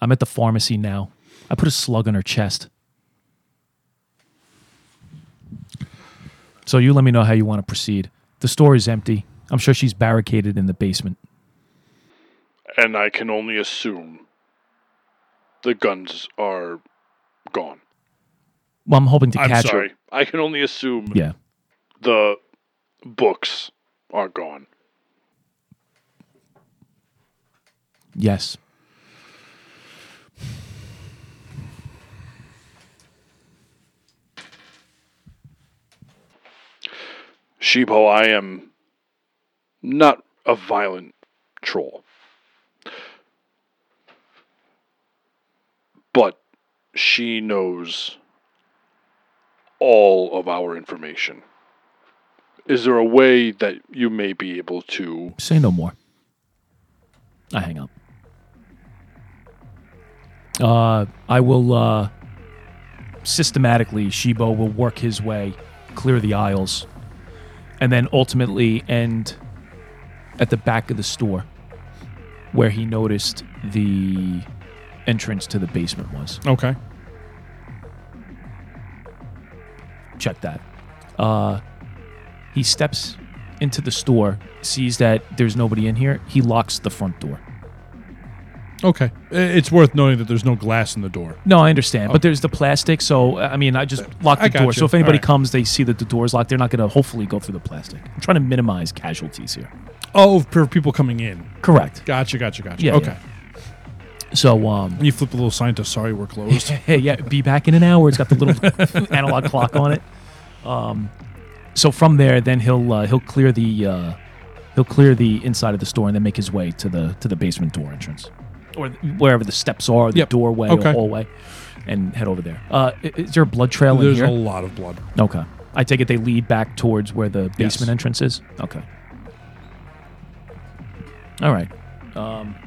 I'm at the pharmacy now. I put a slug on her chest. So you let me know how you want to proceed. The store is empty. I'm sure she's barricaded in the basement.
And I can only assume the guns are gone.
Well, I'm hoping to
I'm
catch
sorry.
her.
I can only assume
Yeah.
the books are gone.
Yes.
Shibo, I am not a violent troll. But she knows all of our information. Is there a way that you may be able to?
Say no more. I hang up. Uh, I will uh, systematically, Shibo will work his way, clear the aisles, and then ultimately end at the back of the store where he noticed the entrance to the basement was.
Okay.
check that. Uh, he steps into the store, sees that there's nobody in here. He locks the front door.
Okay. I- It's worth noting that there's no glass in the door.
No, I understand, but there's the plastic. So uh, I mean, I just lock
I
the
got
door.
you.
So if anybody
Alright.
comes, they see that the door's locked. They're not going to hopefully go through the plastic. I'm trying to minimize casualties here.
Oh, for people coming in.
Correct.
Gotcha, gotcha, gotcha.
Yeah,
okay.
So um,
You flip the little sign to sorry we're closed.
hey, yeah, be back in an hour. It's got the little analog clock on it. Um, so from there, then he'll uh, he'll clear the uh, he'll clear the inside of the store and then make his way to the to the basement door entrance, or wherever the steps are, the
Yep.
doorway
Okay.
or hallway, and head over there. Uh, i- is there a blood trail
there's
in
a
here?
lot of blood.
okay, I take it they lead back towards where the basement entrance is. Okay. All right. Um,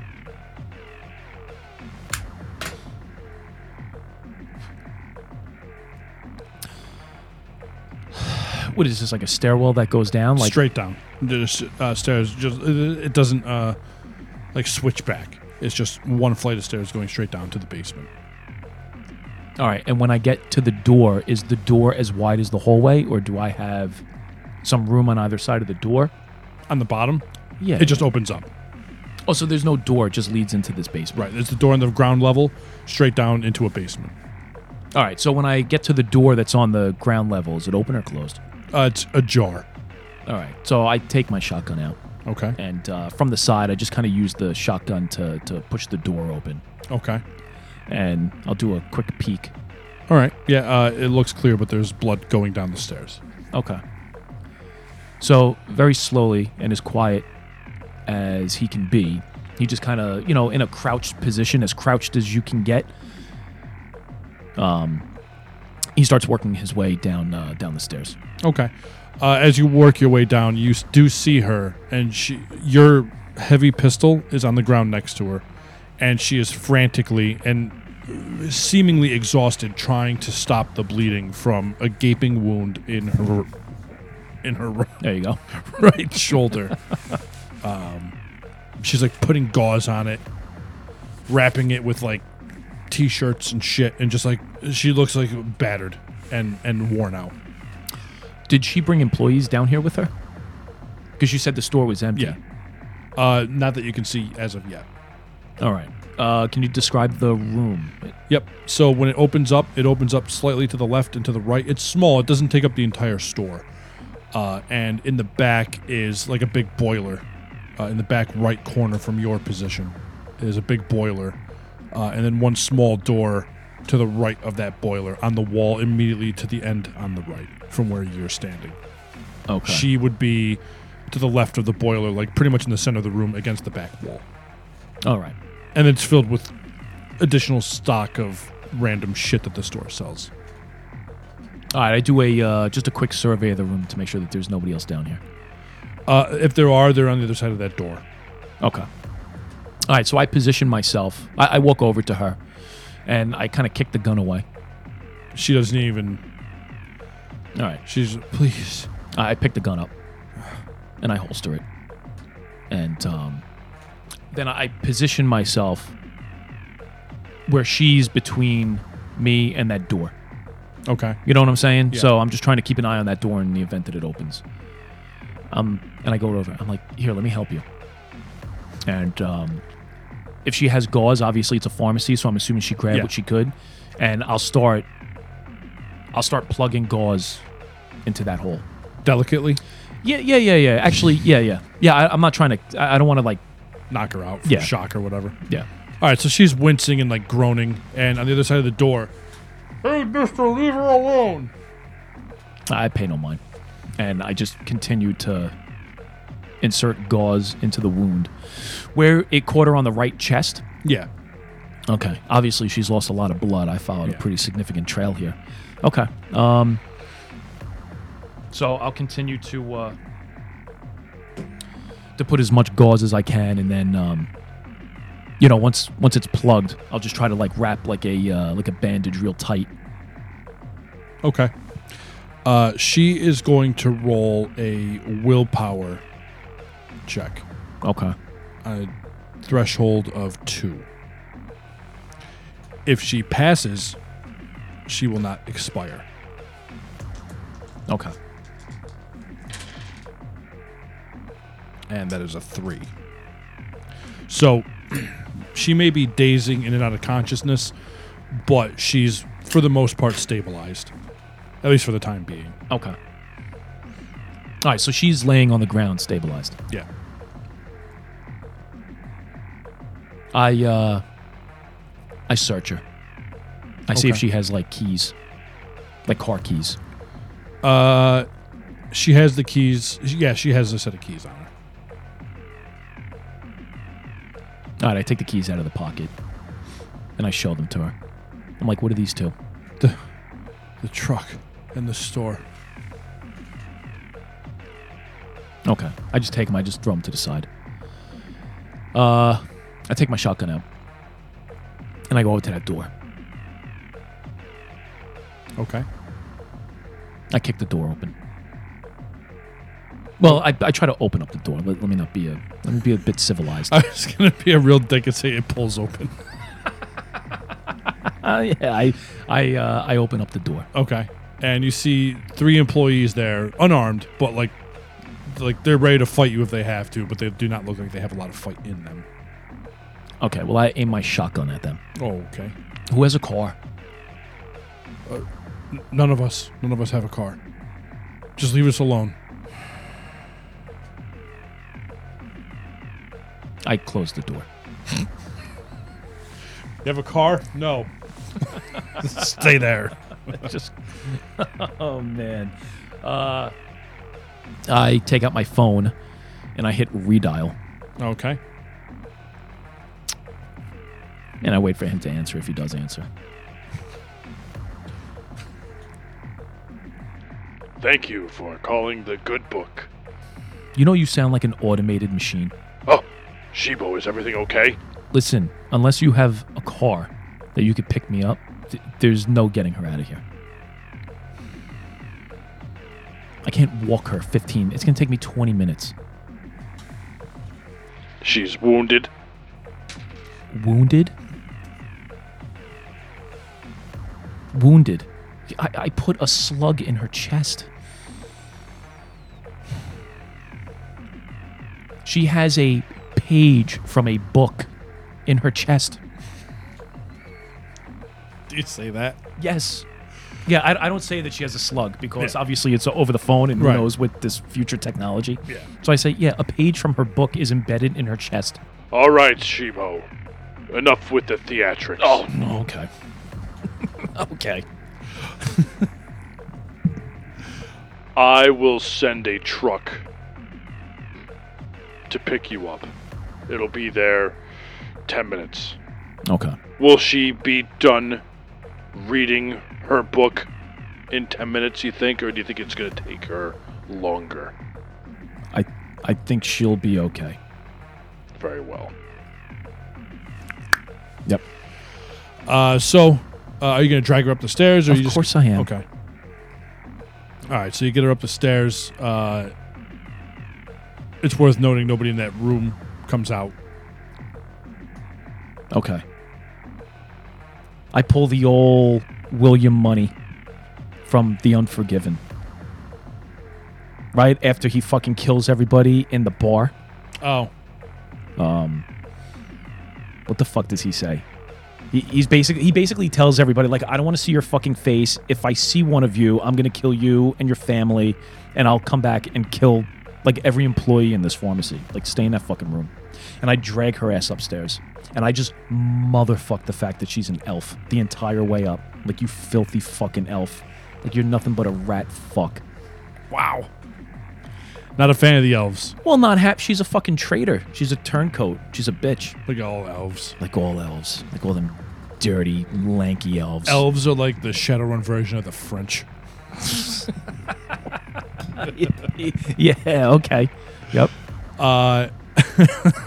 what is this like a stairwell that goes down? Like
straight down. There's uh, stairs. Just it it doesn't uh, like switch back. It's just one flight of stairs going straight down to the basement.
all right. And when I get to the door, is the door as wide as the hallway, or do I have some room on either side of the door?
On the bottom,
Yeah.
it just opens up.
oh, so there's no door. It just leads into this basement.
Right, there's the door on the ground level, straight down into a basement.
All right. So when I get to the door that's on the ground level, is it open or closed?
Uh, it's ajar.
All right. So I take my shotgun out.
Okay.
and uh, from the side, I just kind of use the shotgun to, to push the door open,
Okay.
and I'll do a quick peek.
All right. Yeah, uh, it looks clear, but there's blood going down the stairs.
Okay. So very slowly and as quiet as he can be, he just kind of you know in a crouched position, as crouched as you can get. Um, he starts working his way down uh, down the stairs.
Okay. Uh, as you work your way down, you s- do see her, and she, your heavy pistol is on the ground next to her, and she is frantically and seemingly exhausted trying to stop the bleeding from a gaping wound in her in her
There you go.
right shoulder. um, she's like putting gauze on it, wrapping it with like t-shirts and shit, and just like she looks like battered and and worn out.
Did she bring employees down here with her? Because you said the store was empty.
Yeah. Uh, not that you can see as of yet.
All right. Uh, can you describe the room?
Yep. So when it opens up, it opens up slightly to the left and to the right. It's small. It doesn't take up the entire store. Uh, and in the back is like a big boiler. Uh, in the back right corner from your position is a big boiler, uh, and then one small door to the right of that boiler on the wall immediately to the end on the right from where you're standing.
Okay.
She would be to the left of the boiler, like pretty much in the center of the room against the back wall.
All right.
and it's filled with additional stock of random shit that the store sells.
All right, I do a uh, just a quick survey of the room to make sure that there's nobody else down here.
Uh, if there are, they're on the other side of that door.
Okay. All right, so I position myself. I, I walk over to her, and I kind of kick the gun away.
She doesn't even.
All right,
She's please.
I I pick the gun up, and I holster it, and um, then I position myself where she's between me and that door.
Okay.
You know what I'm saying?
Yeah.
So I'm just trying to keep an eye on that door in the event that it opens. Um, and I go over. I'm like, here, let me help you. And um, if she has gauze, obviously it's a pharmacy, so I'm assuming she grabbed
Yeah.
what she could. And I'll start, I'll start plugging gauze into that hole.
Delicately
Yeah, yeah, yeah, yeah. Actually, yeah, yeah, yeah. I, I'm not trying to. I, I don't want to like.
knock her out from
Yeah.
shock or whatever.
Yeah.
All right, so she's wincing and like groaning, and on the other side of the door, hey, Mister, leave her alone.
I pay no mind. And I just continue to insert gauze into the wound, where it caught her on the right chest.
Yeah.
Okay. Obviously, she's lost a lot of blood. I followed
Yeah.
a pretty significant trail here. Okay. Um. So I'll continue to uh, to put as much gauze as I can, and then um, you know, once once it's plugged, I'll just try to like wrap like a uh, like a bandage real tight.
Okay. Uh, she is going to roll a willpower check.
Okay.
a threshold of two. If she passes, she will not expire.
Okay.
And that is a three.
So she may be dazing in and out of consciousness, but she's, for the most part, stabilized, at least for the time being.
Okay. All right. So she's laying on the ground, stabilized.
Yeah.
I uh I search her. I see if
Okay.
she has like keys. Like car keys.
Uh, she has the keys. Yeah, she has a set of keys on her.
All right, I take the keys out of the pocket and I show them to her. I'm like, "What are these two?"
The truck and the store.
Okay. I just take them. I just throw them to the side. Uh, I take my shotgun out, and I go over to that door.
Okay.
I kick the door open. Well, I, I try to open up the door. Let, let me not be a let me be a bit civilized.
I was gonna be a real dick and say it pulls open.
Uh, yeah, I I uh, I open up the door.
Okay. And you see three employees there, unarmed, but like, like they're ready to fight you if they have to, but they do not look like they have a lot of fight in them.
Okay, well I aim my shotgun at them.
Oh, okay.
Who has a car?
None of us, none of us have a car. Just leave us alone.
I close the door.
You have a car? No. Stay there.
Just oh man, uh, I take out my phone, and I hit redial,
Okay.
and I wait for him to answer if he does answer.
Thank you for calling the good book.
You know you sound like an automated machine.
Oh, Shibo, is everything okay?
Listen, unless you have a car that you could pick me up, th- there's no getting her out of here. I can't walk her 15. It's going to take me 20 minutes.
She's wounded.
Wounded? Wounded. I, I put a slug in her chest. She has a page from a book in her chest.
Do you say that?
Yes. Yeah, I, I don't say that she has a slug because obviously it's over the phone and
Right.
who knows with this future technology.
Yeah.
So I say, yeah, a page from her book is embedded in her chest.
All right, Shibo. Enough with the theatrics. Oh,
Okay. okay.
I will send a truck to pick you up. It'll be there 10 minutes.
Okay.
Will she be done reading her book in 10 minutes, you think? Or do you think it's going to take her longer?
I I think she'll be okay.
Very well.
Yep.
Uh, so, uh, are you going to drag her up the stairs? Or
Of
you just-
course I am.
Okay. All right, so you get her up the stairs. Uh, it's worth noting nobody in that room comes out.
Okay. I pull the old William Money from The Unforgiven. Right after he fucking kills everybody in the bar.
Oh,
what the fuck does he say? He, he's basically he basically tells everybody like I don't want to see your fucking face. If I see one of you, I'm gonna kill you and your family, and I'll come back and kill like every employee in this pharmacy. Like stay in that fucking room. And I drag her ass upstairs, and I just motherfuck the fact that she's an elf the entire way up. Like you filthy fucking elf. Like you're nothing but a rat fuck.
wow. Not a fan of the elves,
Well, not hap. She's a fucking traitor. She's a turncoat. She's a bitch.
like all elves.
Like all elves. Like all them dirty, lanky elves.
Elves are like the Shadowrun version of the French.
yeah, okay. Yep.
Uh,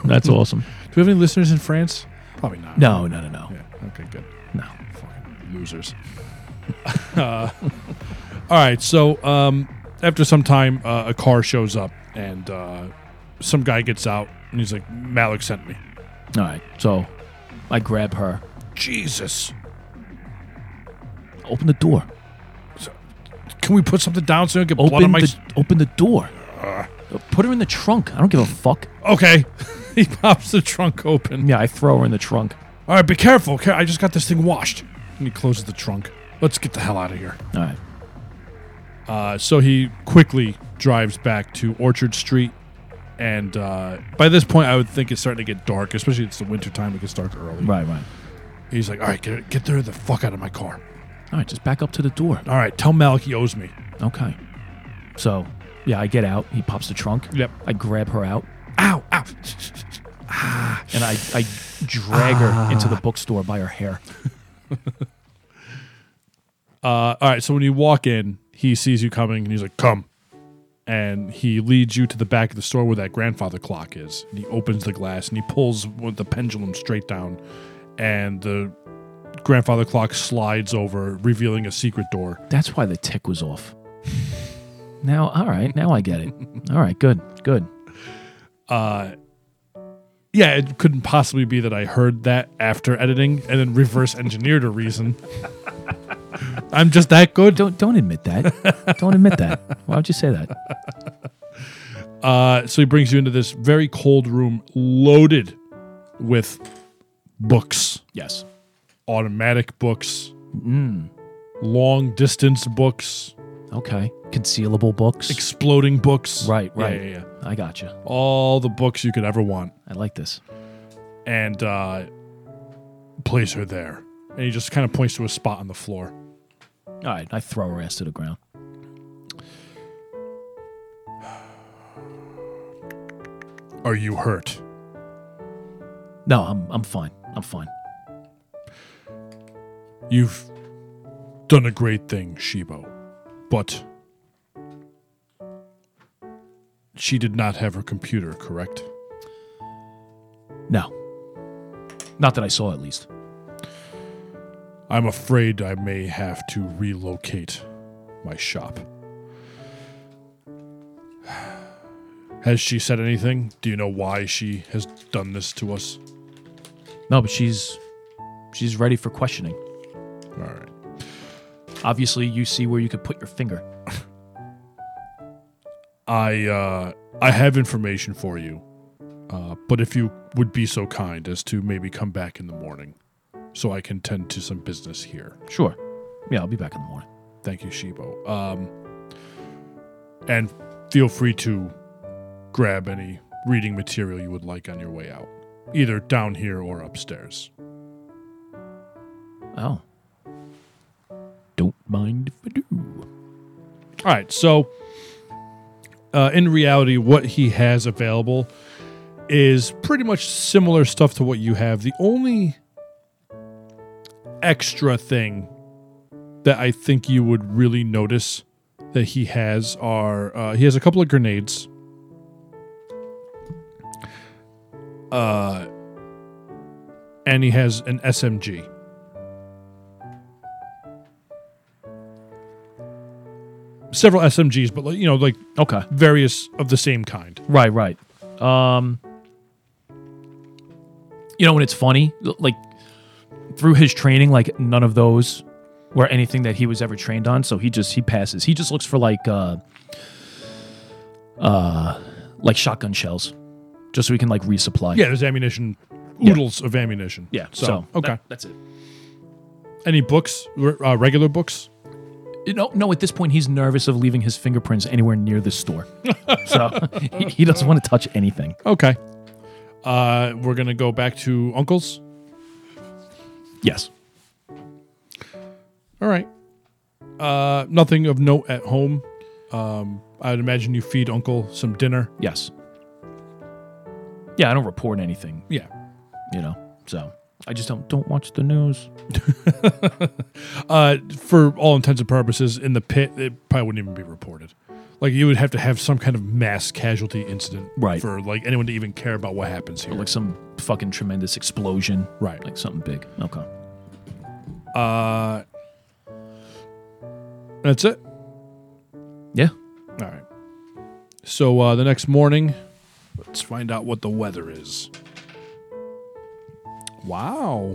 That's awesome.
do we have any listeners in France? Probably not.
No, no, no, no.
Yeah. Okay. Good.
No.
Losers.
Uh, All right. So um, after some time, uh, a car shows up, and uh, some guy gets out, and he's like, "Malik sent me."
All right. So I grab her,
Jesus.
open the door.
Can we put something down so I Uh. don't get blood on
Open
my?
the open the door. Put her in the trunk. I don't give a fuck.
okay. he pops the trunk open.
Yeah, I throw her in the trunk.
All right, be careful. okay? I just got this thing washed. And he closes the trunk. Let's get the hell out of here.
All right.
Uh, so he quickly drives back to Orchard Street. And uh, by this point, I would think it's starting to get dark, especially it's the wintertime. It gets dark early.
Right, right.
He's like, all right, get, get there the fuck out of my car.
All right, just back up to the door.
All right, tell Malik he owes me.
Okay. So, yeah, I get out. He pops the trunk.
Yep.
I grab her out
Ow, ow.
and I, I drag
Ah.
her into the bookstore by her hair.
Uh, all right, so when you walk in, he sees you coming and he's like, come. and he leads you to the back of the store where that grandfather clock is. And he opens the glass and he pulls one- the pendulum straight down, and the grandfather clock slides over, revealing a secret door.
That's why the tick was off. now, all right, now I get it. All right, good, good.
Yeah, it couldn't possibly be that I heard that after editing and then reverse engineered a reason. I'm just that good.
Don't don't admit that. don't admit that. Why would you say that?
Uh, so he brings you into this very cold room loaded with books,
Yes.
automatic books,
Mm.
long distance books,
Okay. Concealable books.
exploding books.
right,
Yeah,
right.
yeah, yeah.
I got you.
All the books you could ever want.
I like this.
And uh, place her there. And he just kind of points to a spot on the floor.
All right, I throw her ass to the ground.
Are you hurt?
No, I'm I'm fine. I'm fine.
You've done a great thing, Shibo. But she did not have her computer, correct?
No. Not that I saw, at least.
I'm afraid I may have to relocate my shop. Has she said anything? Do you know why she has done this to us?
No, but she's she's ready for questioning.
All right.
Obviously, you see where you could put your finger.
I uh, I have information for you, uh, but if you would be so kind as to maybe come back in the morning, so I can tend to some business here.
Sure. Yeah, I'll be back in the morning.
Thank you, Shibo. Um, and feel free to grab any reading material you would like on your way out, either down here or upstairs.
Oh. Don't mind if I do.
All right, so uh, in reality, what he has available is pretty much similar stuff to what you have. The only extra thing that I think you would really notice that he has are uh, he has a couple of grenades. Uh, and he has an SMG. Several SMGs, but like, you know, like
Okay.
various of the same kind.
Right, right. Um You know, and it's funny, l- like through his training, like none of those were anything that he was ever trained on, so he just he passes. He just looks for like uh uh like shotgun shells just so he can like resupply.
Yeah, there's ammunition, oodles of ammunition.
Yeah.
So,
So,
okay.
that- that's it.
Any books? Re- Uh, regular books?
you know, no, at this point, he's nervous of leaving his fingerprints anywhere near the store. so he, he doesn't want to touch anything.
Okay. Uh, we're gonna go back to uncles.
Yes.
All right. Uh, nothing of note at home. Um, I'd imagine you feed uncle some dinner.
Yes. Yeah, I don't report anything,
Yeah.
you know, so I just don't don't watch the news.
Uh, for all intents and purposes, in the pit, it probably wouldn't even be reported. Like you would have to have some kind of mass casualty incident,
Right.
For like anyone to even care about what happens here.
Like some fucking tremendous explosion.
Right.
Like something big. Okay.
Uh, that's it.
Yeah.
All right. So uh, the next morning, let's find out what the weather is. Wow.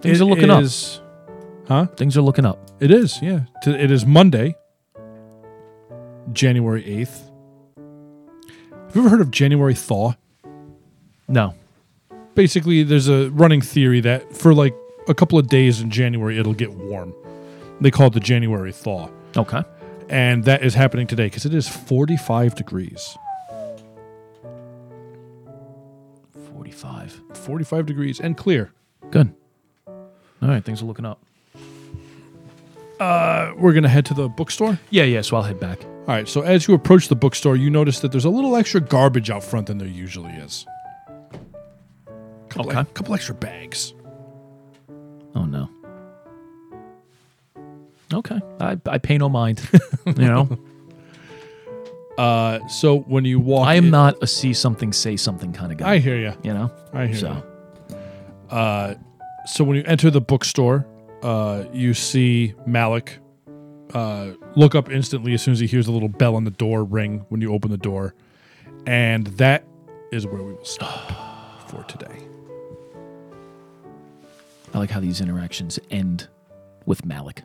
Things
It
are looking
is-
up. Things are looking up.
It is, yeah. T- It is Monday, January 8th. Have you ever heard of January thaw?
No.
basically there's a running theory that for like a couple of days in January it'll get warm. They call it the January thaw,
Okay.
and that is happening today because it is 45 degrees.
45.
45 degrees and clear.
Good. All right. Things are looking up.
Uh, We're gonna head to the bookstore.
Yeah, yeah. So I'll head back.
All right. So as you approach the bookstore, you notice that there's a little extra garbage out front than there usually is. Couple
Okay.
A couple extra bags.
Oh no. Okay. I, I pay no mind. you know?
Uh, so when you walk,
I am
in-
not a see something, say something kind of guy.
I hear you.
you know?
I hear
So,
you. So when you enter the bookstore, uh, you see Malik. Uh, look up instantly as soon as he hears the little bell on the door ring when you open the door, and that is where we will stop for today.
I like how these interactions end with Malik.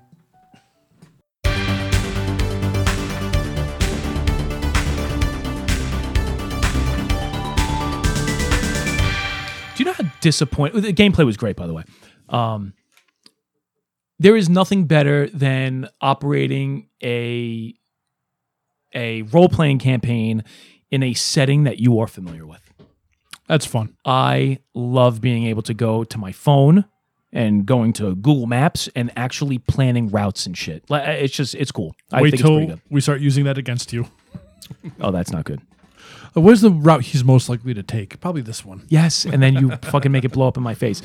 Do you know how disappointing the gameplay was great, by the way? Um, there is nothing better than operating a a role playing campaign in a setting that you are familiar with.
That's fun.
I love being able to go to my phone and going to Google Maps and actually planning routes and shit. Like, I- It's just, it's cool. I
Wait
think it's
till
pretty
we start using that against you.
good. Oh, that's not good.
Uh, Where's the route he's most likely to take? Probably this one.
Yes. And then you fucking make it blow up in my face.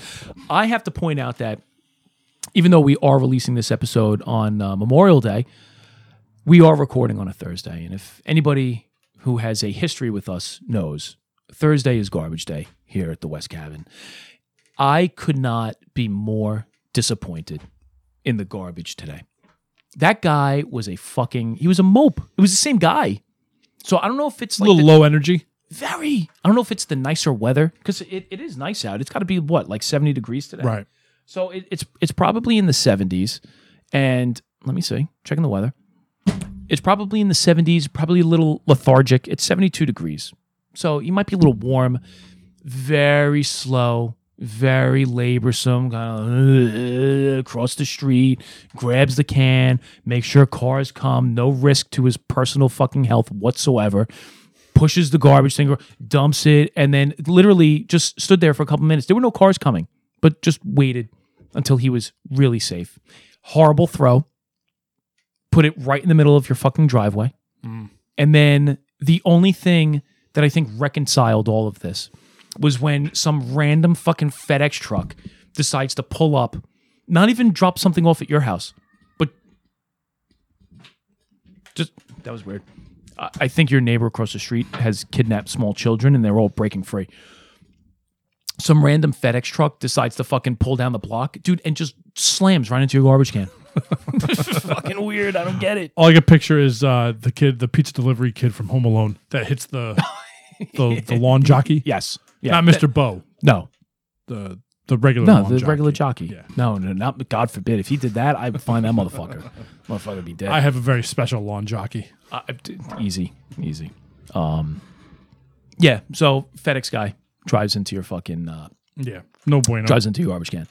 I have to point out that even though we are releasing this episode on uh, Memorial Day, we are recording on a Thursday. And if anybody who has a history with us knows, Thursday is garbage day here at the West Cabin. I could not be more disappointed in the garbage today. That guy was a fucking, he was a mope. It was the same guy. So I don't know if it's
A
like
little
the-
low energy.
very. I don't know if it's the nicer weather because it, it is nice out. It's got to be what like seventy degrees today,
Right.
So it, it's it's probably in the seventies. And let me see, checking the weather. It's probably in the seventies. Probably a little lethargic. It's seventy two degrees, so you might be a little warm. Very slow. Very laborsome, kind of across the street, grabs the can, makes sure cars come, no risk to his personal fucking health whatsoever pushes the garbage thing, dumps it, and then literally just stood there for a couple minutes. There were no cars coming, but just waited until he was really safe. Horrible throw. Put it right in the middle of your fucking driveway. And then the only thing that I think reconciled all of this was when some random fucking FedEx truck decides to pull up, not even drop something off at your house, but just that was weird. I I think your neighbor across the street has kidnapped small children and they're all breaking free. Some random FedEx truck decides to fucking pull down the block, dude, and just slams right into your garbage can. fucking weird. I don't get it.
All I can picture is uh, the kid, the pizza delivery kid from Home Alone that hits the the, the lawn jockey.
Yes. Yeah.
Not Mr. Bo,
No,
the the regular
No,
lawn
the
jockey.
regular jockey.
Yeah.
No, no, not God forbid. If he did that, I would find that motherfucker. motherfucker would be dead.
I have a very special lawn jockey.
I- I- easy, easy. Um, yeah. So FedEx guy drives into your fucking uh,
Yeah. No bueno.
drives into your garbage can.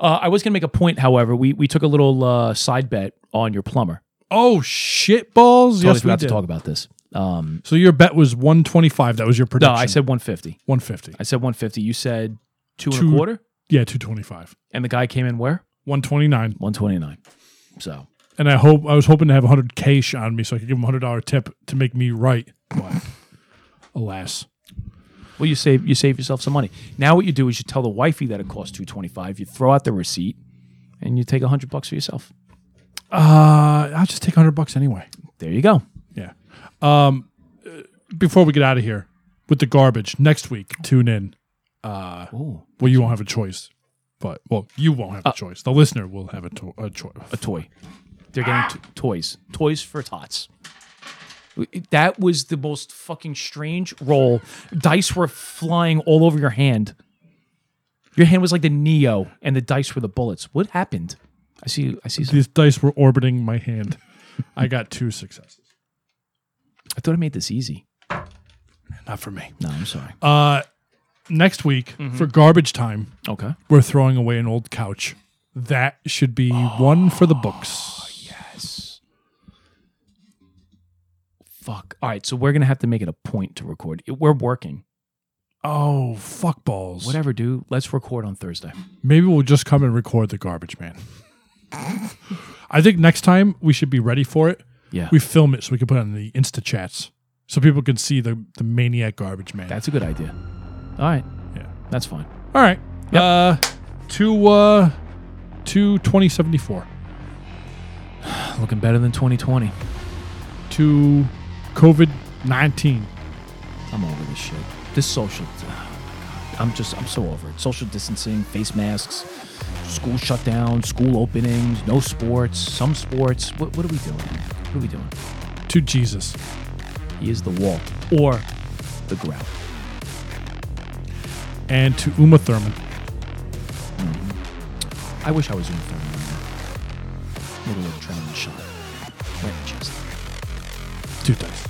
Uh, I was gonna make a point, however. We we took a little uh, side bet on your plumber.
Oh shit balls.
Totally
yes, we
forgot
did.
to talk about this. Um,
So your bet was 125. That was your
no,
prediction.
I said 150.
150.
I said 150. You said two, and
Two-
a quarter,
Yeah, 225.
and the guy came in where
129.
129. So
And I hope I was hoping to have 100 cash on me so I could give him a hundred dollar tip to make me right. But alas.
Well, you save you save yourself some money. Now what you do is you tell the wifey that it costs two twenty five. You throw out the receipt, and you take hundred bucks for yourself.
Uh, I'll just take 100 bucks anyway.
There you go.
Yeah. Um, uh, before we get out of here with the garbage next week, tune in. Uh,
Ooh,
Well, you won't have a choice, but well, you won't have a choice. The listener will have a, to- a choice.
a toy. They're getting
Ah.
t- toys, toys for tots. That was the most fucking strange roll. Dice were flying all over your hand. Your hand was like the Neo, and the dice were the bullets. What happened? I see. I see. Some,
These dice were orbiting my hand. I got two successes.
I thought I made this easy.
Not for me.
No, I'm sorry.
Uh, next week for garbage time,
okay.
we're throwing away an old couch. That should be one for the books.
Yes. Fuck. All right, so we're gonna have to make it a point to record. It- We're working.
Oh, fuck balls.
Whatever, dude. Let's record on Thursday.
Maybe we'll just come and record the garbage man. I think next time we should be ready for it.
Yeah,
We film it so we can put it on the Insta chats so people can see the, the maniac garbage man.
that's a good idea. All right.
Yeah.
that's fine.
All right. Uh, to uh, to twenty seventy four
Looking better than 2020.
to COVID 19.
I'm over this shit. This social. oh, God. I'm just, I'm so over it. Social distancing, face masks, school shutdown, school openings, no sports, some sports. What, what are we doing? What are we doing?
To Jesus.
He is the wall or the grout.
And to Uma Thurman.
I wish I was in the phone right now. Little adrenaline shot. Right in the chest.
Two dice.